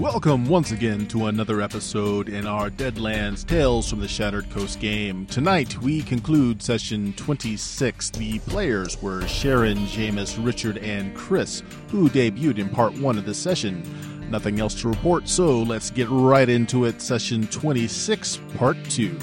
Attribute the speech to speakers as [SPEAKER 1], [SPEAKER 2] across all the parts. [SPEAKER 1] Welcome once again to another episode in our Deadlands Tales from the Shattered Coast game. Tonight we conclude session 26. The players were Sharon, Jameis, Richard, and Chris, who debuted in part one of the session. Nothing else to report, so let's get right into it. Session 26, part two.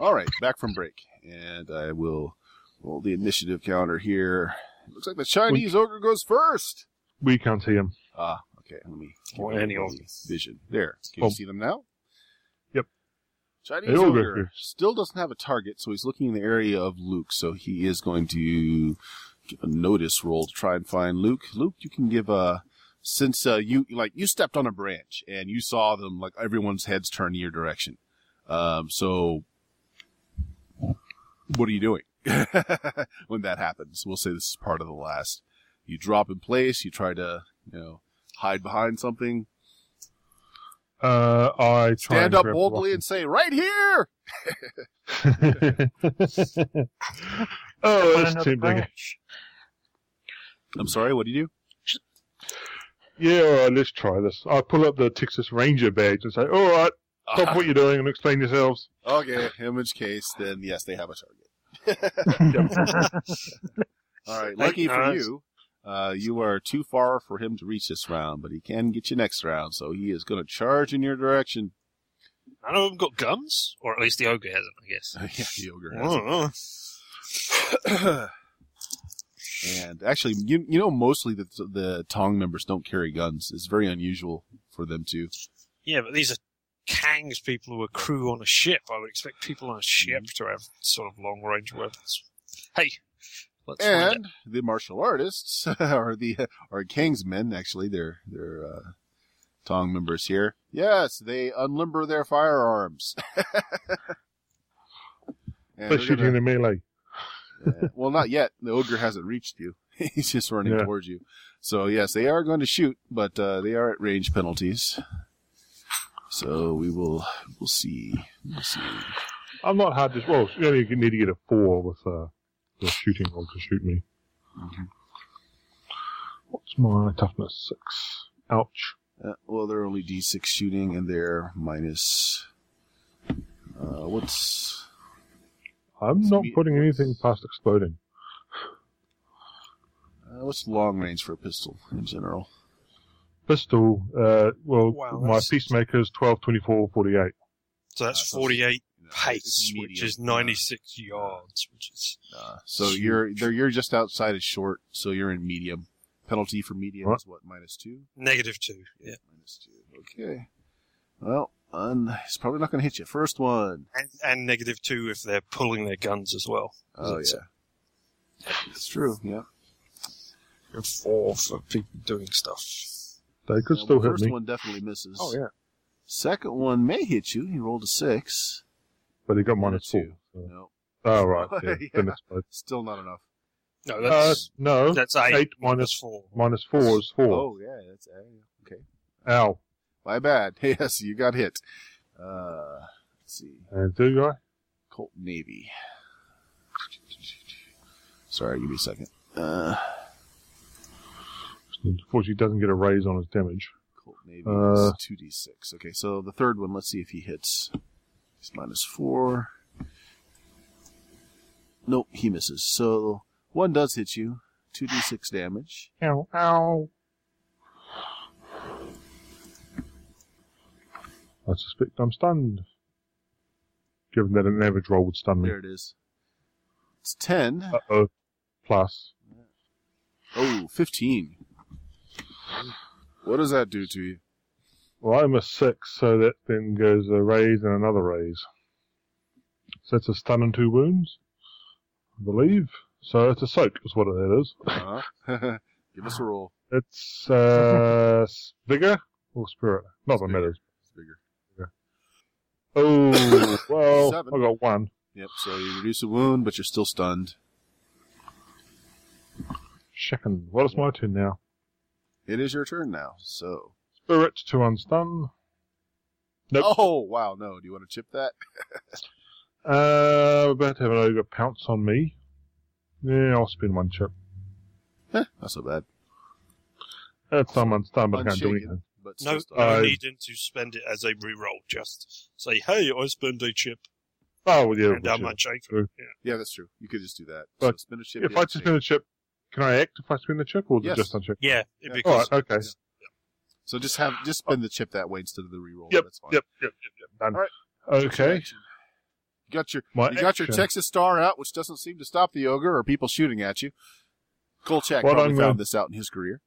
[SPEAKER 1] All right, back from break, and I will roll the initiative counter here. It looks like the Chinese ogre goes first.
[SPEAKER 2] We can't see him.
[SPEAKER 1] Ah, okay. Let me give
[SPEAKER 3] Or
[SPEAKER 1] you
[SPEAKER 3] any
[SPEAKER 1] the
[SPEAKER 3] ogre.
[SPEAKER 1] vision. There. Can you
[SPEAKER 2] Oh.
[SPEAKER 1] see them now?
[SPEAKER 2] Yep.
[SPEAKER 1] Chinese
[SPEAKER 2] Hey, ogre.
[SPEAKER 1] ogre, still doesn't have a target, so he's looking in the area of Luke. So he is going to give a notice roll to try and find Luke. Luke, you can give a since uh, you like you stepped on a branch and you saw them like everyone's heads turn your direction. Um, so what are you doing when that happens? We'll say this is part of the last. You drop in place. You try to you know hide behind something.
[SPEAKER 2] Uh, I try
[SPEAKER 1] Stand
[SPEAKER 2] and
[SPEAKER 1] up
[SPEAKER 2] grab
[SPEAKER 1] boldly and say, "Right here!"
[SPEAKER 2] Lachlan. oh, that's too big.
[SPEAKER 1] I'm sorry. What do you do?
[SPEAKER 2] Yeah, all right, let's try this. I pull up the Texas Ranger badge and say, all right, stop what you're doing and explain yourselves.
[SPEAKER 1] okay. In which case, then yes, they have a target. All right.
[SPEAKER 3] Thank
[SPEAKER 1] Lucky
[SPEAKER 3] you,
[SPEAKER 1] for
[SPEAKER 3] Hans.
[SPEAKER 1] you, uh, you are too far for him to reach this round, but he can get you next round. So he is going to charge in your direction.
[SPEAKER 3] None of them got guns, or at least the ogre hasn't, I guess.
[SPEAKER 1] yeah, the ogre has it.
[SPEAKER 3] Oh,
[SPEAKER 1] And actually, you you know mostly that the- the Tong members don't carry guns. It's very unusual for them to.
[SPEAKER 3] yeah, but these are Kang's people who are crew on a ship. I would expect people on a ship to have sort of long range weapons. Hey, let's find
[SPEAKER 1] And the martial artists are the are Kang's men. Actually, they're they're uh, Tong members here. Yes, they unlimber their firearms. And
[SPEAKER 2] They're
[SPEAKER 1] they're
[SPEAKER 2] shooting
[SPEAKER 1] gonna-
[SPEAKER 2] the melee.
[SPEAKER 1] Uh, well, not yet. The ogre hasn't reached you. He's just running
[SPEAKER 2] Yeah.
[SPEAKER 1] towards you. So yes, they are going to shoot, but uh, they are at range penalties. So we will we'll see. We'll see.
[SPEAKER 2] I'm not hard to... Well, you only need to get a four with uh, the shooting roll to shoot me.
[SPEAKER 1] Mm-hmm.
[SPEAKER 2] What's my toughness? Six. Ouch.
[SPEAKER 1] Uh, well, they're only d6 shooting, and they're minus. Uh, what's
[SPEAKER 2] I'm
[SPEAKER 1] It's
[SPEAKER 2] not
[SPEAKER 1] me-
[SPEAKER 2] putting anything past exploding.
[SPEAKER 1] uh, what's long range for a pistol in general?
[SPEAKER 2] Pistol, uh, well,
[SPEAKER 3] Wow,
[SPEAKER 2] my
[SPEAKER 3] that's-
[SPEAKER 2] peacemaker is 12, 24, 48.
[SPEAKER 3] it. So that's
[SPEAKER 1] Uh, so-
[SPEAKER 3] 48
[SPEAKER 1] No, it's
[SPEAKER 3] pace,
[SPEAKER 1] medium.
[SPEAKER 3] which is 96 yards, which is.
[SPEAKER 1] Uh, so you're they're, you're just outside of short, so you're in medium. Penalty for medium
[SPEAKER 2] What?
[SPEAKER 1] is what minus two.
[SPEAKER 3] Negative two. Yeah.
[SPEAKER 1] Minus two. Okay. Well, un- he's probably not going to hit you. First one.
[SPEAKER 3] And, and negative two if they're pulling their guns as well.
[SPEAKER 1] Oh
[SPEAKER 3] Is
[SPEAKER 1] yeah, it's true. Yeah.
[SPEAKER 3] And four for people doing stuff.
[SPEAKER 2] They could
[SPEAKER 1] Yeah,
[SPEAKER 2] still
[SPEAKER 1] well,
[SPEAKER 2] hit
[SPEAKER 1] first
[SPEAKER 2] me,
[SPEAKER 1] one definitely misses.
[SPEAKER 3] Oh, yeah.
[SPEAKER 1] Second one may hit you. He rolled a six.
[SPEAKER 2] but they got minus
[SPEAKER 1] two.
[SPEAKER 2] four. so-
[SPEAKER 1] No,
[SPEAKER 2] Oh, right. Yeah,
[SPEAKER 1] Yeah.
[SPEAKER 2] Then explode.
[SPEAKER 1] still not enough.
[SPEAKER 3] No,
[SPEAKER 2] Uh,
[SPEAKER 3] that's,
[SPEAKER 2] no,
[SPEAKER 3] that's eight,
[SPEAKER 2] eight
[SPEAKER 3] minus
[SPEAKER 2] minus
[SPEAKER 3] four.
[SPEAKER 2] minus four is four.
[SPEAKER 1] Oh yeah, that's uh, okay.
[SPEAKER 2] Ow.
[SPEAKER 1] My bad. Yes, you got hit. Uh, let's see.
[SPEAKER 2] And do I?
[SPEAKER 1] Colt Navy. Sorry, give me a second. Uh,
[SPEAKER 2] Unfortunately, doesn't get a raise on his damage.
[SPEAKER 1] Colt Navy
[SPEAKER 2] Uh,
[SPEAKER 1] is two d six. Okay, so the third one. Let's see if he hits. He's minus four. Nope, he misses. So one does hit you. Two d six damage.
[SPEAKER 2] Ow, ow. I suspect I'm stunned. Given that an average roll would stun me.
[SPEAKER 1] There it is. It's ten.
[SPEAKER 2] Uh oh. Plus.
[SPEAKER 1] Oh, 15. What does that do to you?
[SPEAKER 2] Well, I'm a six, so that then goes a raise and another raise. So that's a stun and two wounds, I believe. So it's a soak, is what it is.
[SPEAKER 1] Huh? Give us a roll.
[SPEAKER 2] It's uh, s- vigor or spirit. Not that
[SPEAKER 1] Vigor.
[SPEAKER 2] matters.
[SPEAKER 1] It's bigger.
[SPEAKER 2] Oh, well,
[SPEAKER 1] Seven.
[SPEAKER 2] I got one.
[SPEAKER 1] Yep, so you reduce a wound, but you're still stunned.
[SPEAKER 2] Shaken. Well, it's my turn now.
[SPEAKER 1] It is your turn now, so.
[SPEAKER 2] Spirit to unstun. Nope.
[SPEAKER 1] Oh, wow. No. Do you want to chip that?
[SPEAKER 2] Uh, we're about to have an ogre pounce on me. Yeah, I'll spend one chip.
[SPEAKER 1] Not so bad.
[SPEAKER 2] That's someone's done, but I can't do
[SPEAKER 1] Unshaken.
[SPEAKER 2] anything.
[SPEAKER 1] But
[SPEAKER 3] No,
[SPEAKER 1] still stuck.
[SPEAKER 3] no
[SPEAKER 2] Uh,
[SPEAKER 3] needing to spend it as a reroll. Just say, "Hey, I spend a chip,
[SPEAKER 2] Oh, well, yeah.
[SPEAKER 3] and how
[SPEAKER 2] sure.
[SPEAKER 3] much I
[SPEAKER 2] True.
[SPEAKER 1] yeah, that's true. You could just do that.
[SPEAKER 2] But
[SPEAKER 1] so spin a chip.
[SPEAKER 2] If
[SPEAKER 1] yeah,
[SPEAKER 2] I just spend a chip, can I act if I spend the chip, or is
[SPEAKER 1] Yes.
[SPEAKER 2] it just uncheck?
[SPEAKER 3] Yeah,
[SPEAKER 1] Yeah.
[SPEAKER 3] it
[SPEAKER 2] All
[SPEAKER 3] because
[SPEAKER 2] right, okay.
[SPEAKER 1] So just have just spend the chip that way instead of the reroll.
[SPEAKER 2] Yep,
[SPEAKER 1] That's fine.
[SPEAKER 2] Yep, yep, yep, yep. Done.
[SPEAKER 1] All right.
[SPEAKER 2] Okay.
[SPEAKER 1] You got your
[SPEAKER 2] My
[SPEAKER 1] you got your
[SPEAKER 2] action.
[SPEAKER 1] Texas star out, which doesn't seem to stop the ogre or people shooting at you. Kolchak
[SPEAKER 2] What
[SPEAKER 1] probably found
[SPEAKER 2] I'm gonna-
[SPEAKER 1] this out in his career.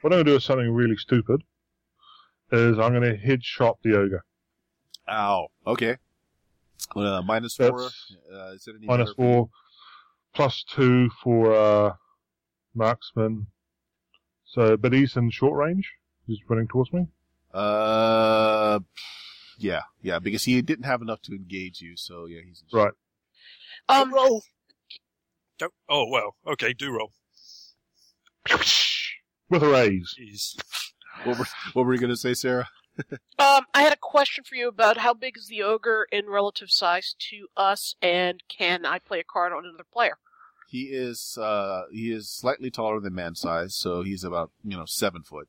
[SPEAKER 2] What I'm going to do is something really stupid. Is I'm going to headshot the ogre.
[SPEAKER 1] Ow. Okay. Uh, minus
[SPEAKER 2] That's
[SPEAKER 1] four. Uh, is it any
[SPEAKER 2] Minus
[SPEAKER 1] better?
[SPEAKER 2] four, plus two for uh, marksman. So, but he's in short range. He's running towards me.
[SPEAKER 1] Uh, yeah, yeah, because he didn't have enough to engage you, so yeah, he's
[SPEAKER 2] Right.
[SPEAKER 4] Um,
[SPEAKER 3] roll. Don't, oh well, okay, do roll.
[SPEAKER 2] With a raise.
[SPEAKER 3] Jeez.
[SPEAKER 1] What were, what were you gonna say, Sarah?
[SPEAKER 4] um, I had a question for you about how big is the ogre in relative size to us, and can I play a card on another player?
[SPEAKER 1] He is uh he is slightly taller than man size, so he's about you know seven foot.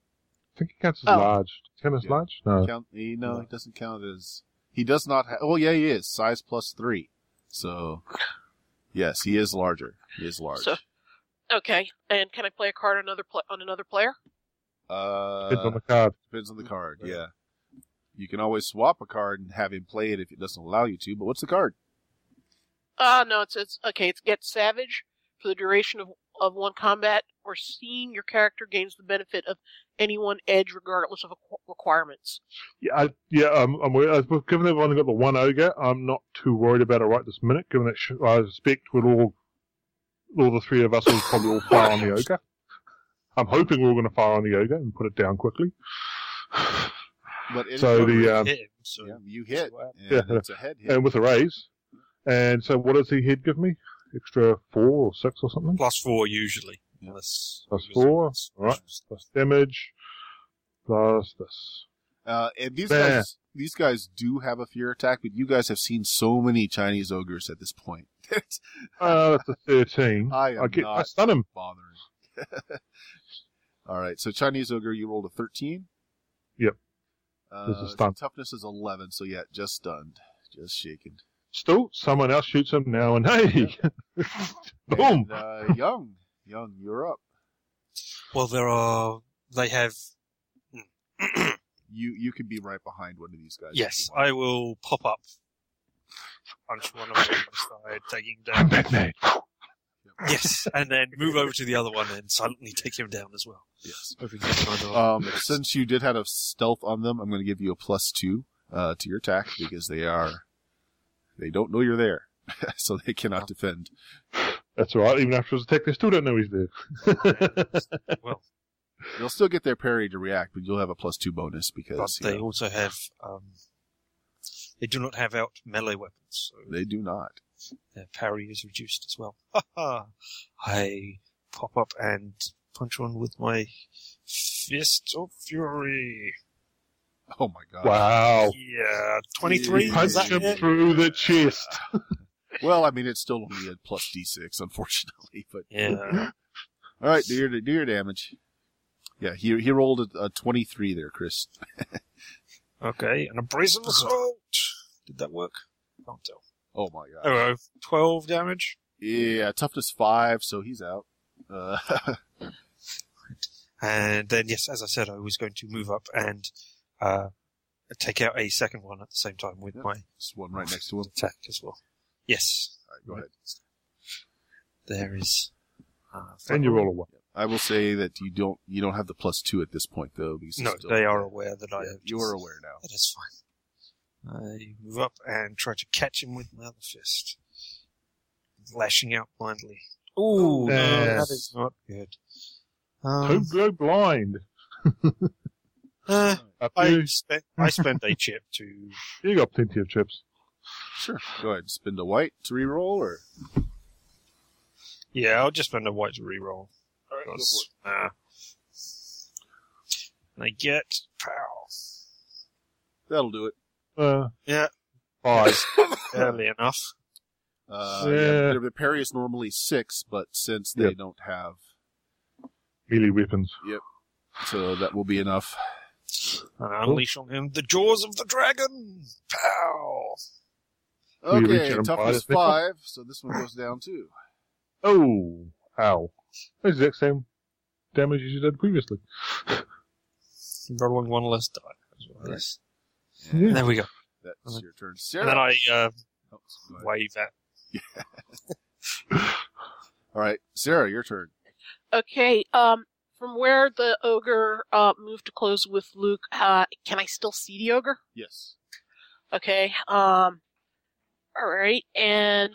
[SPEAKER 2] I think he counts as
[SPEAKER 4] Oh.
[SPEAKER 2] large. Tim is
[SPEAKER 1] Yeah.
[SPEAKER 2] large? No.
[SPEAKER 1] Count, he, no, he doesn't count as he does not have. Oh yeah, he is size plus three, so yes, he is larger. He is large.
[SPEAKER 4] So- Okay, and can I play a card on another pla on another player?
[SPEAKER 1] uh,
[SPEAKER 2] Depends on the card.
[SPEAKER 1] depends on the card.
[SPEAKER 2] Yeah.
[SPEAKER 1] Yeah, you can always swap a card and have him play it if it doesn't allow you to. But what's the card?
[SPEAKER 4] Uh no, it's it's okay. It's get savage for the duration of of one combat or scene. Your character gains the benefit of any one edge, regardless of requ- requirements.
[SPEAKER 2] Yeah, I, yeah. um, I'm, I'm aware- I've- given they've only got the one ogre, I'm not too worried about it right this minute. Given that sh- I suspect we'll all, all the three of us will probably all fire on the ogre. I'm hoping we're all going to fire on the ogre and put it down quickly.
[SPEAKER 1] But any
[SPEAKER 2] So
[SPEAKER 1] card-
[SPEAKER 2] the um,
[SPEAKER 3] Hit him, so
[SPEAKER 1] yeah, you hit. And
[SPEAKER 2] Yeah.
[SPEAKER 1] it's a head hit.
[SPEAKER 2] and with a raise, and so what does he head give me? Extra four or six or something.
[SPEAKER 3] plus four usually.
[SPEAKER 1] Yeah.
[SPEAKER 3] Plus,
[SPEAKER 2] Plus four, all right. Plus damage, plus this.
[SPEAKER 1] Uh, and these
[SPEAKER 2] Bah.
[SPEAKER 1] guys, these guys do have a fear attack, but you guys have seen so many Chinese ogres at this point.
[SPEAKER 2] Uh, that's a thirteen.
[SPEAKER 1] I am
[SPEAKER 2] I get. I
[SPEAKER 1] not
[SPEAKER 2] stun him.
[SPEAKER 1] bothering. All right, so Chinese ogre, you rolled a thirteen.
[SPEAKER 2] Yep. This
[SPEAKER 1] Uh,
[SPEAKER 2] is stunned.
[SPEAKER 1] toughness is eleven, so yeah, just stunned, just shaken.
[SPEAKER 2] Still, someone else shoots him now, and hey, boom!
[SPEAKER 1] And, uh, young, young, you're up.
[SPEAKER 3] Well, there are. They have. hmm.
[SPEAKER 1] You you can be right behind one of these guys. if
[SPEAKER 3] yes,
[SPEAKER 1] you want.
[SPEAKER 3] I will pop up. Punch one of them in the side, take him
[SPEAKER 2] I'm
[SPEAKER 3] down.
[SPEAKER 2] Batman.
[SPEAKER 3] yes, and then move over to the other one and silently take him down as well.
[SPEAKER 1] Yes.
[SPEAKER 3] Hoping he can either-
[SPEAKER 1] Um, since you did have a stealth on them, I'm going to give you a plus two uh, to your attack because they are they don't know you're there, so they cannot defend.
[SPEAKER 2] That's all right. Even after his attack, they still don't know he's there.
[SPEAKER 1] They'll still get their parry to react, but you'll have a plus two bonus
[SPEAKER 3] but
[SPEAKER 1] because you
[SPEAKER 3] they
[SPEAKER 1] know,
[SPEAKER 3] also have. Um, they do not have out melee weapons, so
[SPEAKER 1] they do not.
[SPEAKER 3] their parry is reduced as well. Ha ha! I pop up and punch one with my fist of fury.
[SPEAKER 1] Oh my god!
[SPEAKER 2] wow.
[SPEAKER 3] Oh. Yeah, twenty-three.
[SPEAKER 1] You
[SPEAKER 3] Is
[SPEAKER 2] Punch
[SPEAKER 3] that
[SPEAKER 2] him
[SPEAKER 3] it?
[SPEAKER 2] through the chest.
[SPEAKER 1] Well, I mean, it's still only a plus d6, unfortunately. But
[SPEAKER 3] Yeah.
[SPEAKER 1] all right, do your do your damage. Yeah, he he rolled a, a 23 there, Chris.
[SPEAKER 3] Okay, and a brazen assault. Did that work? Can't tell.
[SPEAKER 1] Oh my god!
[SPEAKER 3] Oh, well, twelve damage.
[SPEAKER 1] Yeah, toughness five, so he's out. Uh,
[SPEAKER 3] And then, yes, as I said, I was going to move up and uh, take out a second one at the same time with
[SPEAKER 1] Yeah.
[SPEAKER 3] my
[SPEAKER 1] there's one right next to him.
[SPEAKER 3] attack as well. Yes,
[SPEAKER 1] All right, go ahead.
[SPEAKER 3] there is. Uh,
[SPEAKER 2] And you roll a one.
[SPEAKER 1] I will say that you don't you don't have the plus two at this point though. Because
[SPEAKER 3] No,
[SPEAKER 1] it's still-
[SPEAKER 3] they are aware that I
[SPEAKER 1] Yeah,
[SPEAKER 3] have.
[SPEAKER 1] you
[SPEAKER 3] just-
[SPEAKER 1] are aware now.
[SPEAKER 3] That is fine. I move up and try to catch him with my other fist, lashing out blindly. Oh, Ooh, no, that
[SPEAKER 2] Yes.
[SPEAKER 3] is not good.
[SPEAKER 2] Don't
[SPEAKER 3] Um,
[SPEAKER 2] go blind.
[SPEAKER 3] uh,
[SPEAKER 2] Up
[SPEAKER 3] I
[SPEAKER 2] you.
[SPEAKER 3] spent I spent a chip to
[SPEAKER 2] you got plenty of chips.
[SPEAKER 1] Sure. Go ahead. Spin the white to reroll or
[SPEAKER 3] Yeah, I'll just spend a white to reroll. Because, uh, and I get pow.
[SPEAKER 1] That'll do it.
[SPEAKER 2] Uh,
[SPEAKER 3] Yeah.
[SPEAKER 2] Five.
[SPEAKER 3] Early enough.
[SPEAKER 1] Uh,
[SPEAKER 2] Yeah.
[SPEAKER 1] yeah. their, their parry is normally six, but since they
[SPEAKER 2] Yep.
[SPEAKER 1] don't have,
[SPEAKER 2] melee weapons.
[SPEAKER 1] so that will be enough.
[SPEAKER 3] And unleash on him the jaws of the dragon. Pow!
[SPEAKER 2] Will you reach
[SPEAKER 1] Okay,
[SPEAKER 2] out and bite
[SPEAKER 1] toughness
[SPEAKER 2] it, Nick?
[SPEAKER 1] five, so this one goes down too.
[SPEAKER 2] Oh, ow. That's the exact same damage as you did previously.
[SPEAKER 3] Rolling one less die. as well.
[SPEAKER 1] Right.
[SPEAKER 3] Yes.
[SPEAKER 2] Yeah.
[SPEAKER 3] There we go.
[SPEAKER 1] That's your turn,
[SPEAKER 3] And
[SPEAKER 1] Sarah.
[SPEAKER 3] then I uh,
[SPEAKER 1] Oh, go ahead.
[SPEAKER 3] wave at
[SPEAKER 1] All right, Sarah, your turn.
[SPEAKER 4] Okay, um, from where the ogre uh, moved to close with Luke, uh, can I still see the ogre?
[SPEAKER 1] Yes.
[SPEAKER 4] Okay. Um. All right. And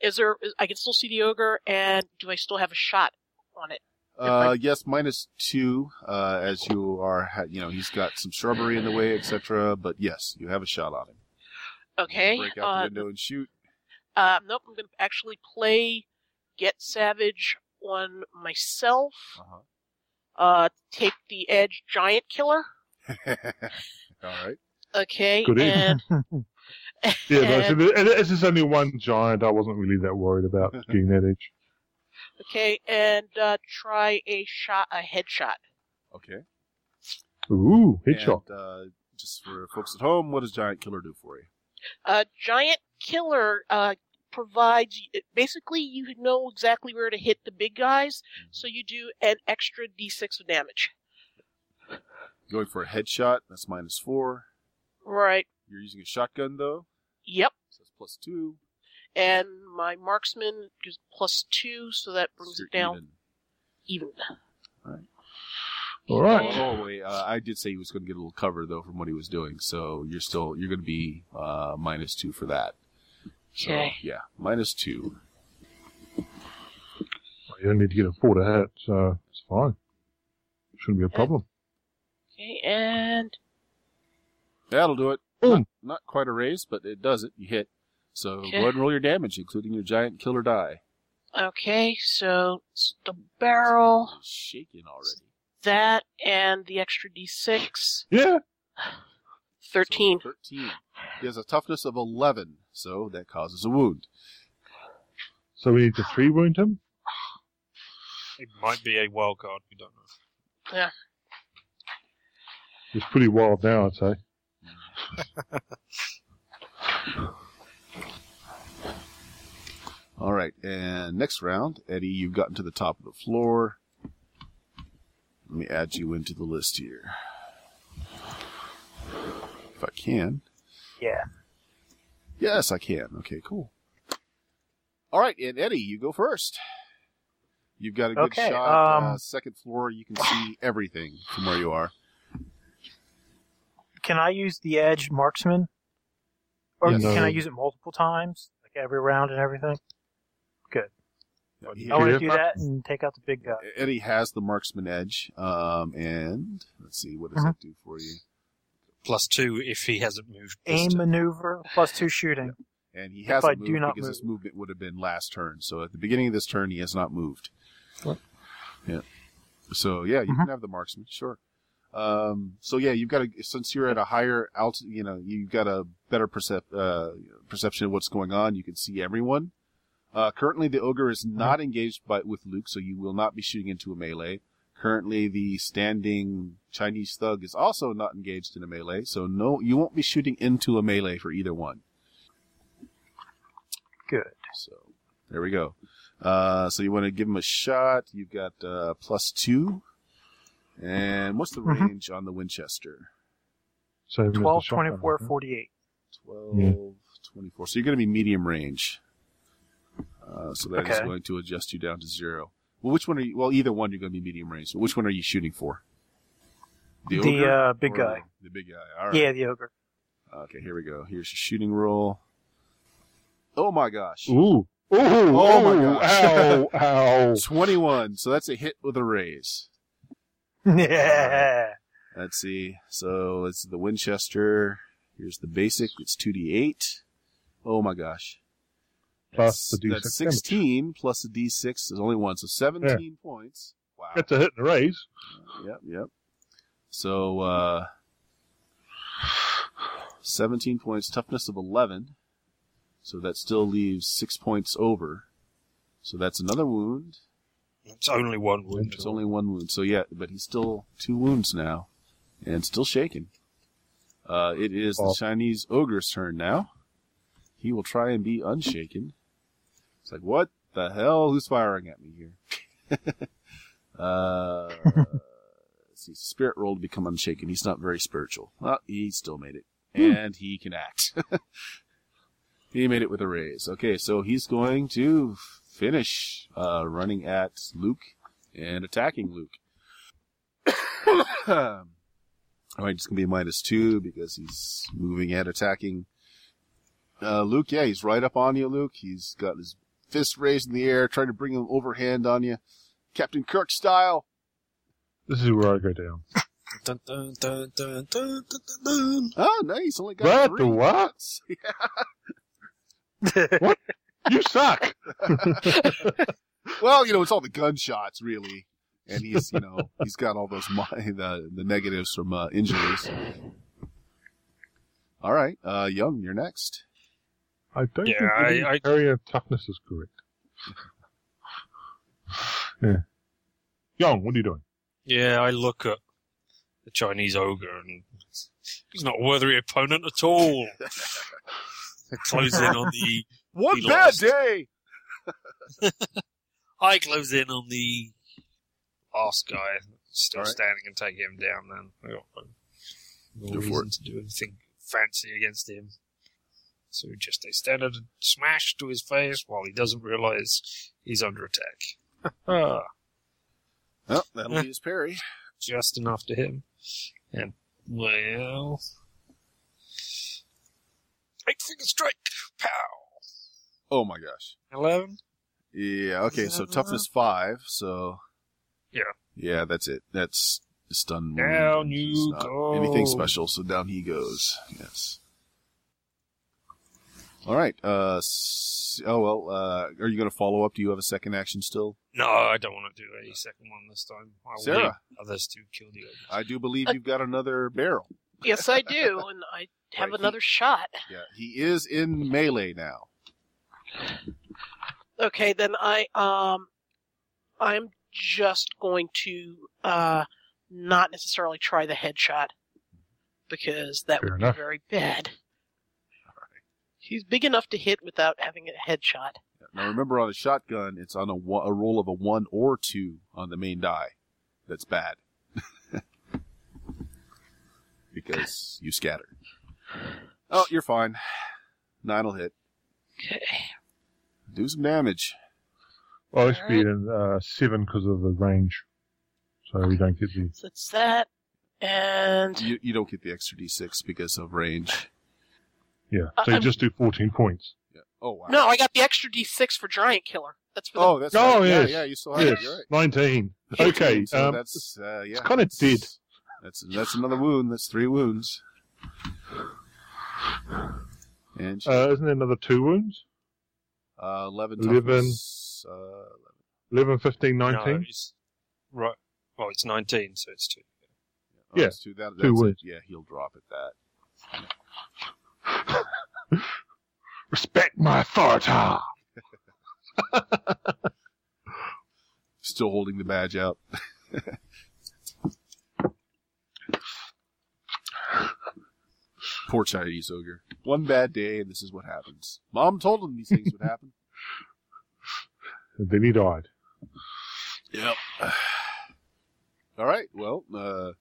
[SPEAKER 4] is there? Is, I can still see the ogre, and do I still have a shot on it?
[SPEAKER 1] Uh, yes, minus two, uh, as you are, ha- you know, he's got some shrubbery in the way, etc. But yes, you have a shot on him.
[SPEAKER 4] Okay.
[SPEAKER 1] Break out the
[SPEAKER 4] Uh,
[SPEAKER 1] window and shoot.
[SPEAKER 4] um, nope. I'm gonna actually play Get Savage on myself.
[SPEAKER 1] Uh-huh.
[SPEAKER 4] Uh, take the edge, Giant Killer.
[SPEAKER 1] All right.
[SPEAKER 4] Okay.
[SPEAKER 2] Good
[SPEAKER 4] and
[SPEAKER 2] evening. yeah, no, so the- and it's just only one giant. I wasn't really that worried about getting that edge.
[SPEAKER 4] okay, and uh, try a shot, a headshot.
[SPEAKER 1] Okay.
[SPEAKER 2] Ooh, headshot.
[SPEAKER 1] And, uh, just for folks at home, what does Giant Killer do for you?
[SPEAKER 4] Uh, Giant Killer uh, provides basically you know exactly where to hit the big guys,
[SPEAKER 1] Mm-hmm.
[SPEAKER 4] so you do an extra d6 of damage.
[SPEAKER 1] Going for a headshot. That's minus four.
[SPEAKER 4] Right.
[SPEAKER 1] You're using a shotgun though,
[SPEAKER 4] Yep.
[SPEAKER 1] so that's plus two.
[SPEAKER 4] And my marksman is plus two, so that brings
[SPEAKER 1] So
[SPEAKER 4] it
[SPEAKER 1] you're
[SPEAKER 4] down
[SPEAKER 1] even.
[SPEAKER 4] even.
[SPEAKER 2] All right.
[SPEAKER 1] Oh, wait, uh, I did say he was going to get a little cover though from what he was doing, so you're still you're going to be uh, minus two for that. So,
[SPEAKER 4] Okay.
[SPEAKER 1] yeah, minus two.
[SPEAKER 3] Oh.
[SPEAKER 2] You don't need to get a four to hit, so it's fine. Shouldn't be a problem.
[SPEAKER 4] Okay, and
[SPEAKER 1] That'll do it.
[SPEAKER 2] Boom.
[SPEAKER 1] Not, not quite a raise, but it does it. You hit. So go
[SPEAKER 4] Okay.
[SPEAKER 1] ahead and roll your damage, including your giant killer die.
[SPEAKER 4] okay, so it's the barrel,
[SPEAKER 1] It's shaking already.
[SPEAKER 4] that, and the extra d6,
[SPEAKER 2] Yeah.
[SPEAKER 4] 13.
[SPEAKER 1] So Thirteen. He has a toughness of eleven, so that causes a wound.
[SPEAKER 2] So we need to three wound him.
[SPEAKER 3] It might be a wild card. We don't know.
[SPEAKER 2] He's pretty wild now, I'd say.
[SPEAKER 1] All right, and next round, Eddie, you've gotten to the top of the floor. Let me add you into the list here, if I can.
[SPEAKER 3] Yeah.
[SPEAKER 1] Yes, I can. Okay, cool. All right, and Eddie, you go first. You've got a good
[SPEAKER 3] Okay,
[SPEAKER 1] shot. uh,
[SPEAKER 5] um,
[SPEAKER 1] second floor, you can see everything from where you are.
[SPEAKER 5] Can I use the edged marksman? Or
[SPEAKER 1] Yes.
[SPEAKER 5] can
[SPEAKER 2] No.
[SPEAKER 5] I use it multiple times, like every round and everything?
[SPEAKER 1] He-
[SPEAKER 5] I want
[SPEAKER 2] Yeah.
[SPEAKER 5] to do that and take out the big guy.
[SPEAKER 1] Eddie has the marksman edge, um, and let's see what does
[SPEAKER 5] Mhm.
[SPEAKER 1] that do for you.
[SPEAKER 3] Plus two if he hasn't moved. this
[SPEAKER 5] Aim
[SPEAKER 3] turn. maneuver.
[SPEAKER 5] maneuver plus two shooting.
[SPEAKER 1] And he
[SPEAKER 5] If
[SPEAKER 1] hasn't
[SPEAKER 5] I do
[SPEAKER 1] moved
[SPEAKER 5] not
[SPEAKER 1] because
[SPEAKER 5] move.
[SPEAKER 1] his movement would have been last turn. So at the beginning of this turn, he has not moved.
[SPEAKER 3] What?
[SPEAKER 1] Yeah. So yeah, you can have the marksman, sure. Um, so yeah, you've got a since you're at a higher altitude, you know, you've got a better percep- uh, perception of what's going on. You can see everyone. Uh, currently, the ogre is not engaged by, with Luke, so you will not be shooting into a melee. Currently, the standing Chinese thug is also not engaged in a melee, so no, you won't be shooting into a melee for either one.
[SPEAKER 5] Good.
[SPEAKER 1] So there we go. Uh, so you want to give him a shot. You've got uh, plus two. And what's the
[SPEAKER 5] Mhm.
[SPEAKER 1] range on the Winchester?
[SPEAKER 2] Same as the
[SPEAKER 5] 12,
[SPEAKER 2] shotgun,
[SPEAKER 5] 24,
[SPEAKER 2] huh?
[SPEAKER 5] 48.
[SPEAKER 1] 12, 24. So you're going to be medium range. Uh, so that is
[SPEAKER 5] Okay.
[SPEAKER 1] going to adjust you down to zero. Well, which one are you? Well, either one you're going to be medium range. So which one are you shooting for?
[SPEAKER 5] The,
[SPEAKER 1] ogre
[SPEAKER 5] uh, big
[SPEAKER 1] or
[SPEAKER 5] guy.
[SPEAKER 1] The big guy. All right.
[SPEAKER 5] Yeah, the ogre.
[SPEAKER 1] Okay, here we go. Here's your shooting roll. Oh my gosh.
[SPEAKER 2] Ooh. Ooh.
[SPEAKER 1] Oh my
[SPEAKER 2] ooh,
[SPEAKER 1] gosh.
[SPEAKER 2] Ow. Ow.
[SPEAKER 1] 21. So that's a hit with a raise.
[SPEAKER 5] Yeah.
[SPEAKER 1] Let's see. So it's the Winchester. Here's the basic. It's 2d8. Oh my gosh.
[SPEAKER 2] Plus the
[SPEAKER 1] That's-
[SPEAKER 2] D6
[SPEAKER 1] That's
[SPEAKER 2] damage.
[SPEAKER 1] 16 plus a d6. There's only one. So 17 points. Wow.
[SPEAKER 2] That's a hit and a raise.
[SPEAKER 1] Yep, yep. So, uh, 17 points, toughness of 11. So that still leaves 6 points over. So that's another wound.
[SPEAKER 3] It's only one wound.
[SPEAKER 1] It's only one wound. So yeah, but he's still two wounds now, and still shaken. Uh, it is the
[SPEAKER 2] Oh.
[SPEAKER 1] Chinese ogre's turn now. He will try and be unshaken. It's like what the hell? Who's firing at me here? uh, let's see, spirit roll to become unshaken. He's not very spiritual. Well, he still made it, and he can act. he made it with a raise. Okay, so he's going to finish uh, running at Luke and attacking Luke. All right, it's gonna be a minus two because he's moving and attacking. Uh, Luke, yeah, he's right up on you, Luke. He's got his fist raised in the air, trying to bring him overhand on you, Captain Kirk style.
[SPEAKER 2] This is where I go down.
[SPEAKER 3] Dun, dun, dun, dun, dun, dun, dun, dun.
[SPEAKER 1] Oh, no, he's only got
[SPEAKER 2] What
[SPEAKER 1] three.
[SPEAKER 2] the what? You suck.
[SPEAKER 1] Well, you know, it's all the gunshots, really. And he's, you know, he's got all those mi- the the negatives from uh, injuries. All right, uh, Young, you're next.
[SPEAKER 2] I don't
[SPEAKER 3] Yeah,
[SPEAKER 2] think
[SPEAKER 3] I-
[SPEAKER 2] I,
[SPEAKER 3] I-
[SPEAKER 2] carrier toughness is correct. yeah. Young, what are you doing?
[SPEAKER 3] Yeah, I look at the Chinese ogre and he's not a worthy opponent at all. I close in on the
[SPEAKER 1] One
[SPEAKER 3] He bad lost.
[SPEAKER 1] day.
[SPEAKER 3] I close in on the last guy still
[SPEAKER 1] All right.
[SPEAKER 3] standing and take him down then. I got no,
[SPEAKER 1] Go for
[SPEAKER 3] reason to do anything fancy against him. So just a standard smash to his face while he doesn't realise he's under attack. Ah,
[SPEAKER 1] Oh, that'll be his parry.
[SPEAKER 3] just enough to him. And well Eight finger strike pow
[SPEAKER 1] Oh my gosh.
[SPEAKER 3] eleven?
[SPEAKER 1] Yeah. Okay. So
[SPEAKER 3] Seven.
[SPEAKER 1] toughness five. So.
[SPEAKER 3] Yeah.
[SPEAKER 1] Yeah, that's it. That's stun. wound.
[SPEAKER 3] Down
[SPEAKER 1] It's
[SPEAKER 3] you
[SPEAKER 1] not
[SPEAKER 3] go.
[SPEAKER 1] Anything special? So down he goes. Yes. All right. Uh. s- Oh well. Uh. Are you going to follow up? Do you have a second action still?
[SPEAKER 3] No, I don't want to do a second one this time. I'll
[SPEAKER 1] Sarah.
[SPEAKER 3] leave others to kill the ogre.
[SPEAKER 1] I do believe you've got another barrel.
[SPEAKER 4] Yes, I do, and I have
[SPEAKER 1] Right, he-
[SPEAKER 4] another shot.
[SPEAKER 1] Yeah. He is in melee now.
[SPEAKER 4] Okay, then I um, I'm just going to uh, not necessarily try the headshot because that
[SPEAKER 2] Fair
[SPEAKER 4] would
[SPEAKER 2] enough.
[SPEAKER 4] be very bad. He's big enough to hit without having a headshot.
[SPEAKER 1] Now remember, on a shotgun, it's on a, wa- a roll of a one or two on the main die. That's bad because you scatter. Oh, you're fine. Nine'll hit.
[SPEAKER 4] Okay.
[SPEAKER 1] Do some damage.
[SPEAKER 2] Oh, I speed in uh, seven because of the range, so we don't get the.
[SPEAKER 4] So it's that, and
[SPEAKER 1] You, you don't get the extra d6 because of range.
[SPEAKER 2] Yeah,
[SPEAKER 4] Uh,
[SPEAKER 2] so you
[SPEAKER 4] I'm-
[SPEAKER 2] just do fourteen points.
[SPEAKER 1] Yeah. Oh wow.
[SPEAKER 4] no, I got the extra D6 for Giant Killer. That's for the
[SPEAKER 1] Oh, that's
[SPEAKER 2] Oh,
[SPEAKER 1] right.
[SPEAKER 2] yes.
[SPEAKER 1] yeah, yeah. You still have
[SPEAKER 2] Yes,
[SPEAKER 1] it. You're right.
[SPEAKER 2] nineteen. Okay,
[SPEAKER 1] So
[SPEAKER 2] um,
[SPEAKER 1] that's uh, yeah.
[SPEAKER 2] kinda
[SPEAKER 1] that's-
[SPEAKER 2] dead.
[SPEAKER 1] That's that's another wound. That's three wounds. And
[SPEAKER 2] uh, isn't there another two wounds?
[SPEAKER 1] Uh, 11.
[SPEAKER 2] Eleven.
[SPEAKER 1] toughness, Uh,
[SPEAKER 2] 11, 15, 19?
[SPEAKER 3] No, it's, right. Well, it's 19, so it's two.
[SPEAKER 1] oh,
[SPEAKER 2] Yeah,
[SPEAKER 1] it's two, that, that's
[SPEAKER 2] two
[SPEAKER 1] it.
[SPEAKER 2] wounds.
[SPEAKER 1] Yeah, he'll drop at that.
[SPEAKER 2] Respect my authority.
[SPEAKER 1] Still holding the badge out. Poor Chinese ogre. One bad day, and this is what happens. Mom told him these things would happen.
[SPEAKER 2] And then he died.
[SPEAKER 1] Yep. All right. Well, uh,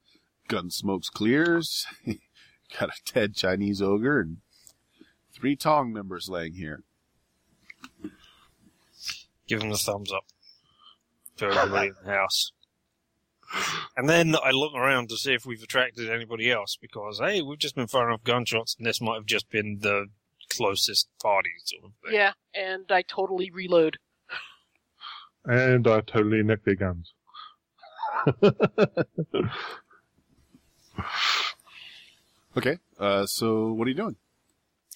[SPEAKER 1] gun smokes clears. Got a dead Chinese ogre and three Tong members laying here.
[SPEAKER 3] Give him the thumbs up to everybody in the house. And then I look around to see if we've attracted anybody else because, hey, we've just been firing off gunshots and this might have just been the closest party sort of thing.
[SPEAKER 4] yeah, and I totally reload.
[SPEAKER 2] And I totally nicked their guns.
[SPEAKER 1] Okay. Uh, so what are you doing?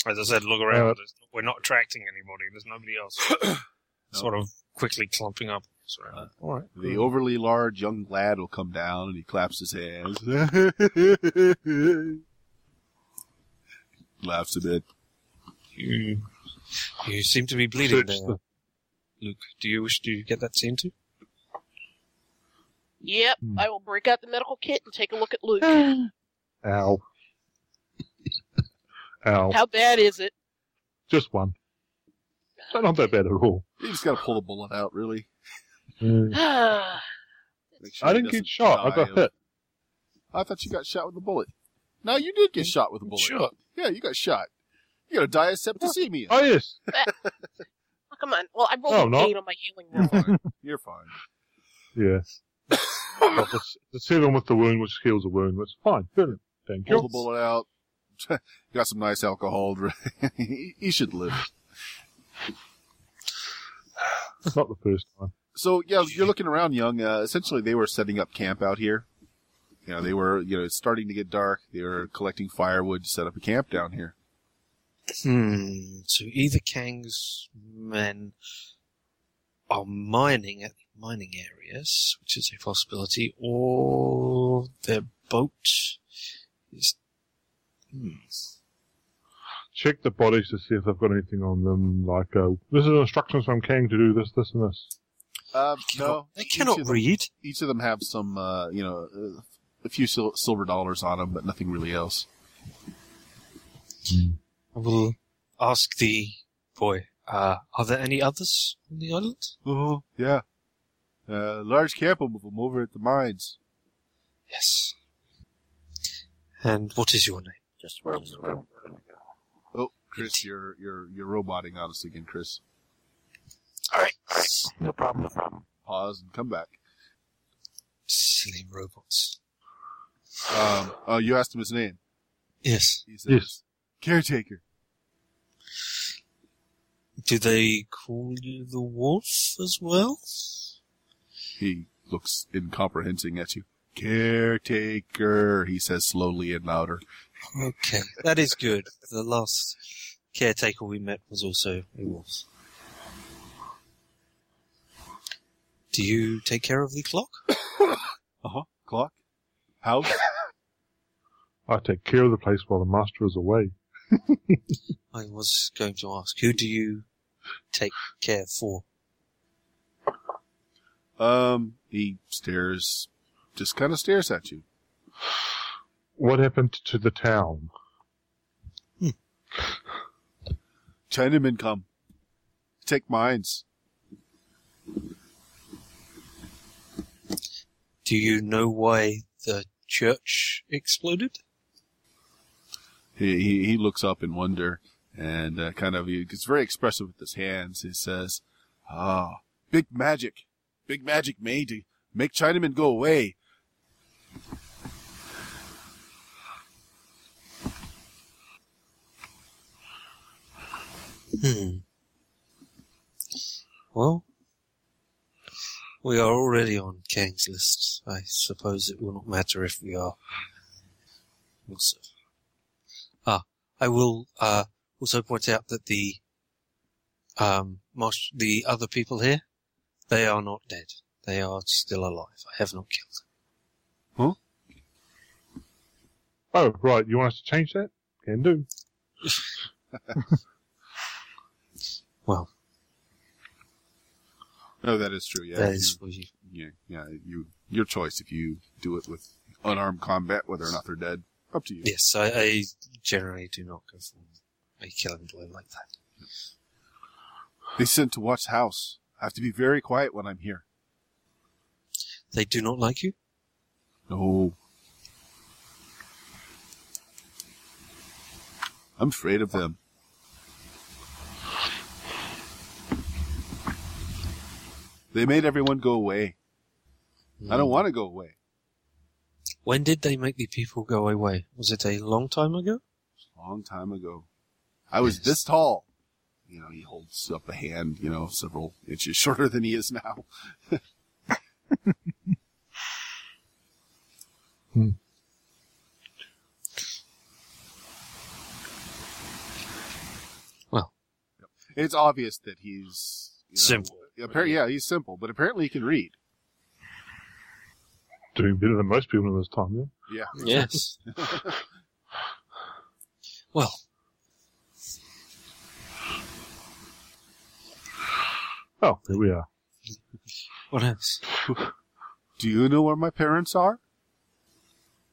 [SPEAKER 3] As I said, look around. There's- We're not attracting anybody. There's nobody else. Sort of quickly clumping up. Surrounded.
[SPEAKER 2] All right.
[SPEAKER 1] The overly large young lad will come down and he claps his hands. and laughs a bit.
[SPEAKER 3] You, you seem to be bleeding
[SPEAKER 2] Search
[SPEAKER 3] there.
[SPEAKER 2] the-
[SPEAKER 3] Luke, do you wish to get that seen to?
[SPEAKER 4] Yep,
[SPEAKER 2] Hmm.
[SPEAKER 4] I will break out the medical kit and take a look at Luke.
[SPEAKER 2] Ow. Ow.
[SPEAKER 4] How bad is it?
[SPEAKER 2] Just one. So not that bad at all.
[SPEAKER 1] You just gotta pull the bullet out, really.
[SPEAKER 2] Oh.
[SPEAKER 1] Make sure he
[SPEAKER 2] I didn't
[SPEAKER 1] doesn't
[SPEAKER 2] get shot. I
[SPEAKER 1] die
[SPEAKER 2] got
[SPEAKER 1] of-
[SPEAKER 2] hit.
[SPEAKER 1] I thought you got shot with a bullet. No, you did get shot with a bullet.
[SPEAKER 3] Shot.
[SPEAKER 1] Yeah, you got shot. You got a diasepticemia.
[SPEAKER 2] Oh, yes.
[SPEAKER 4] Oh, come on. Well, I
[SPEAKER 2] No,
[SPEAKER 4] rolled
[SPEAKER 2] no.
[SPEAKER 4] an eight on my healing
[SPEAKER 1] You're fine. You're
[SPEAKER 4] roll.
[SPEAKER 1] fine.
[SPEAKER 2] Yes. But the, the seven with the wound, which heals the wound, that's fine. Brilliant. Thank
[SPEAKER 1] Pull the
[SPEAKER 2] you.
[SPEAKER 1] bullet out. got some nice alcohol. he he should live.
[SPEAKER 2] Not the first time.
[SPEAKER 1] So yeah, you're looking around, young. Uh, essentially, they were setting up camp out here. You know, they were you know it's starting to get dark. They were collecting firewood to set up a camp down here.
[SPEAKER 3] Hmm. So either Kang's men are mining at the mining areas, which is a possibility, or their boat is. Hmm.
[SPEAKER 2] Check the bodies to see if they've got anything on them, like, uh, this is instructions from Kang to do this, this, and this.
[SPEAKER 1] Um, no,
[SPEAKER 3] They
[SPEAKER 1] each
[SPEAKER 3] cannot
[SPEAKER 1] of them-
[SPEAKER 3] read.
[SPEAKER 1] Each of them have some uh, you know uh, a few sil- silver dollars on them, but nothing really else.
[SPEAKER 3] I will ask the boy. Uh, are there any others on the island?
[SPEAKER 1] Oh yeah, uh, large camp of them over at the mines.
[SPEAKER 3] Yes. And what is your name?
[SPEAKER 6] Just where was where
[SPEAKER 1] Oh, Chris, you're you're you're roboting on us again, Chris.
[SPEAKER 6] Alright. No problem, no problem.
[SPEAKER 1] Pause and come back.
[SPEAKER 3] Silly robots.
[SPEAKER 1] Um, oh, you asked him his name.
[SPEAKER 3] Yes.
[SPEAKER 1] He says,
[SPEAKER 2] Yes.
[SPEAKER 1] "Caretaker."
[SPEAKER 3] Do they call you the wolf as well?
[SPEAKER 1] He looks incomprehending at you. Caretaker, he says slowly and louder.
[SPEAKER 3] Okay, that is good. The last caretaker we met was also a wolf. Do you take care of the clock?
[SPEAKER 1] Uh huh. Clock? House?
[SPEAKER 2] I take care of the place while the master is away.
[SPEAKER 3] I was going to ask, who do you take care for?
[SPEAKER 1] um, he stares, just kind of stares at you.
[SPEAKER 2] What happened to the town?
[SPEAKER 1] Chinamen come. Take mines.
[SPEAKER 3] Do you know why the church exploded?
[SPEAKER 1] He, he, he looks up in wonder and uh, kind of, he gets very expressive with his hands. He says, ah, big magic. Big magic made to make Chinamen go away.
[SPEAKER 3] Hmm. Well, we are already on Kang's list. I suppose it will not matter if we are. Also, ah, I will uh, also point out that the um, marsh- the other people here, they are not dead. They are still alive. I have not killed them.
[SPEAKER 2] Oh, right, you want us to change that? Can do.
[SPEAKER 3] Well,
[SPEAKER 1] No, Oh, that is true. Yeah.
[SPEAKER 3] that is for you.
[SPEAKER 1] yeah, yeah, you your choice if you do it with unarmed combat, whether or not they're dead. Up to you.
[SPEAKER 3] Yes, I, I generally do not go for a killing blow like that.
[SPEAKER 1] They sent to watch house. I have to be very quiet when I'm here.
[SPEAKER 3] They do not like you.
[SPEAKER 1] No. I'm afraid of them. They made everyone go away. I
[SPEAKER 3] Mm.
[SPEAKER 1] don't want to go away.
[SPEAKER 3] When did they make the people go away? Was it a long time ago?
[SPEAKER 1] long time ago. I was
[SPEAKER 3] Yes.
[SPEAKER 1] this tall. You know, he holds up a hand, you know, several inches shorter than he is now.
[SPEAKER 2] Hmm.
[SPEAKER 3] Well.
[SPEAKER 1] it's obvious that he's you know,
[SPEAKER 3] Simple.
[SPEAKER 1] Appar- yeah, he's simple, but apparently he can read.
[SPEAKER 2] Doing better than most people in this time, yeah?
[SPEAKER 1] Yeah.
[SPEAKER 3] Yes. well,
[SPEAKER 2] Oh, there we are.
[SPEAKER 3] What else?
[SPEAKER 1] Do you know where my parents are?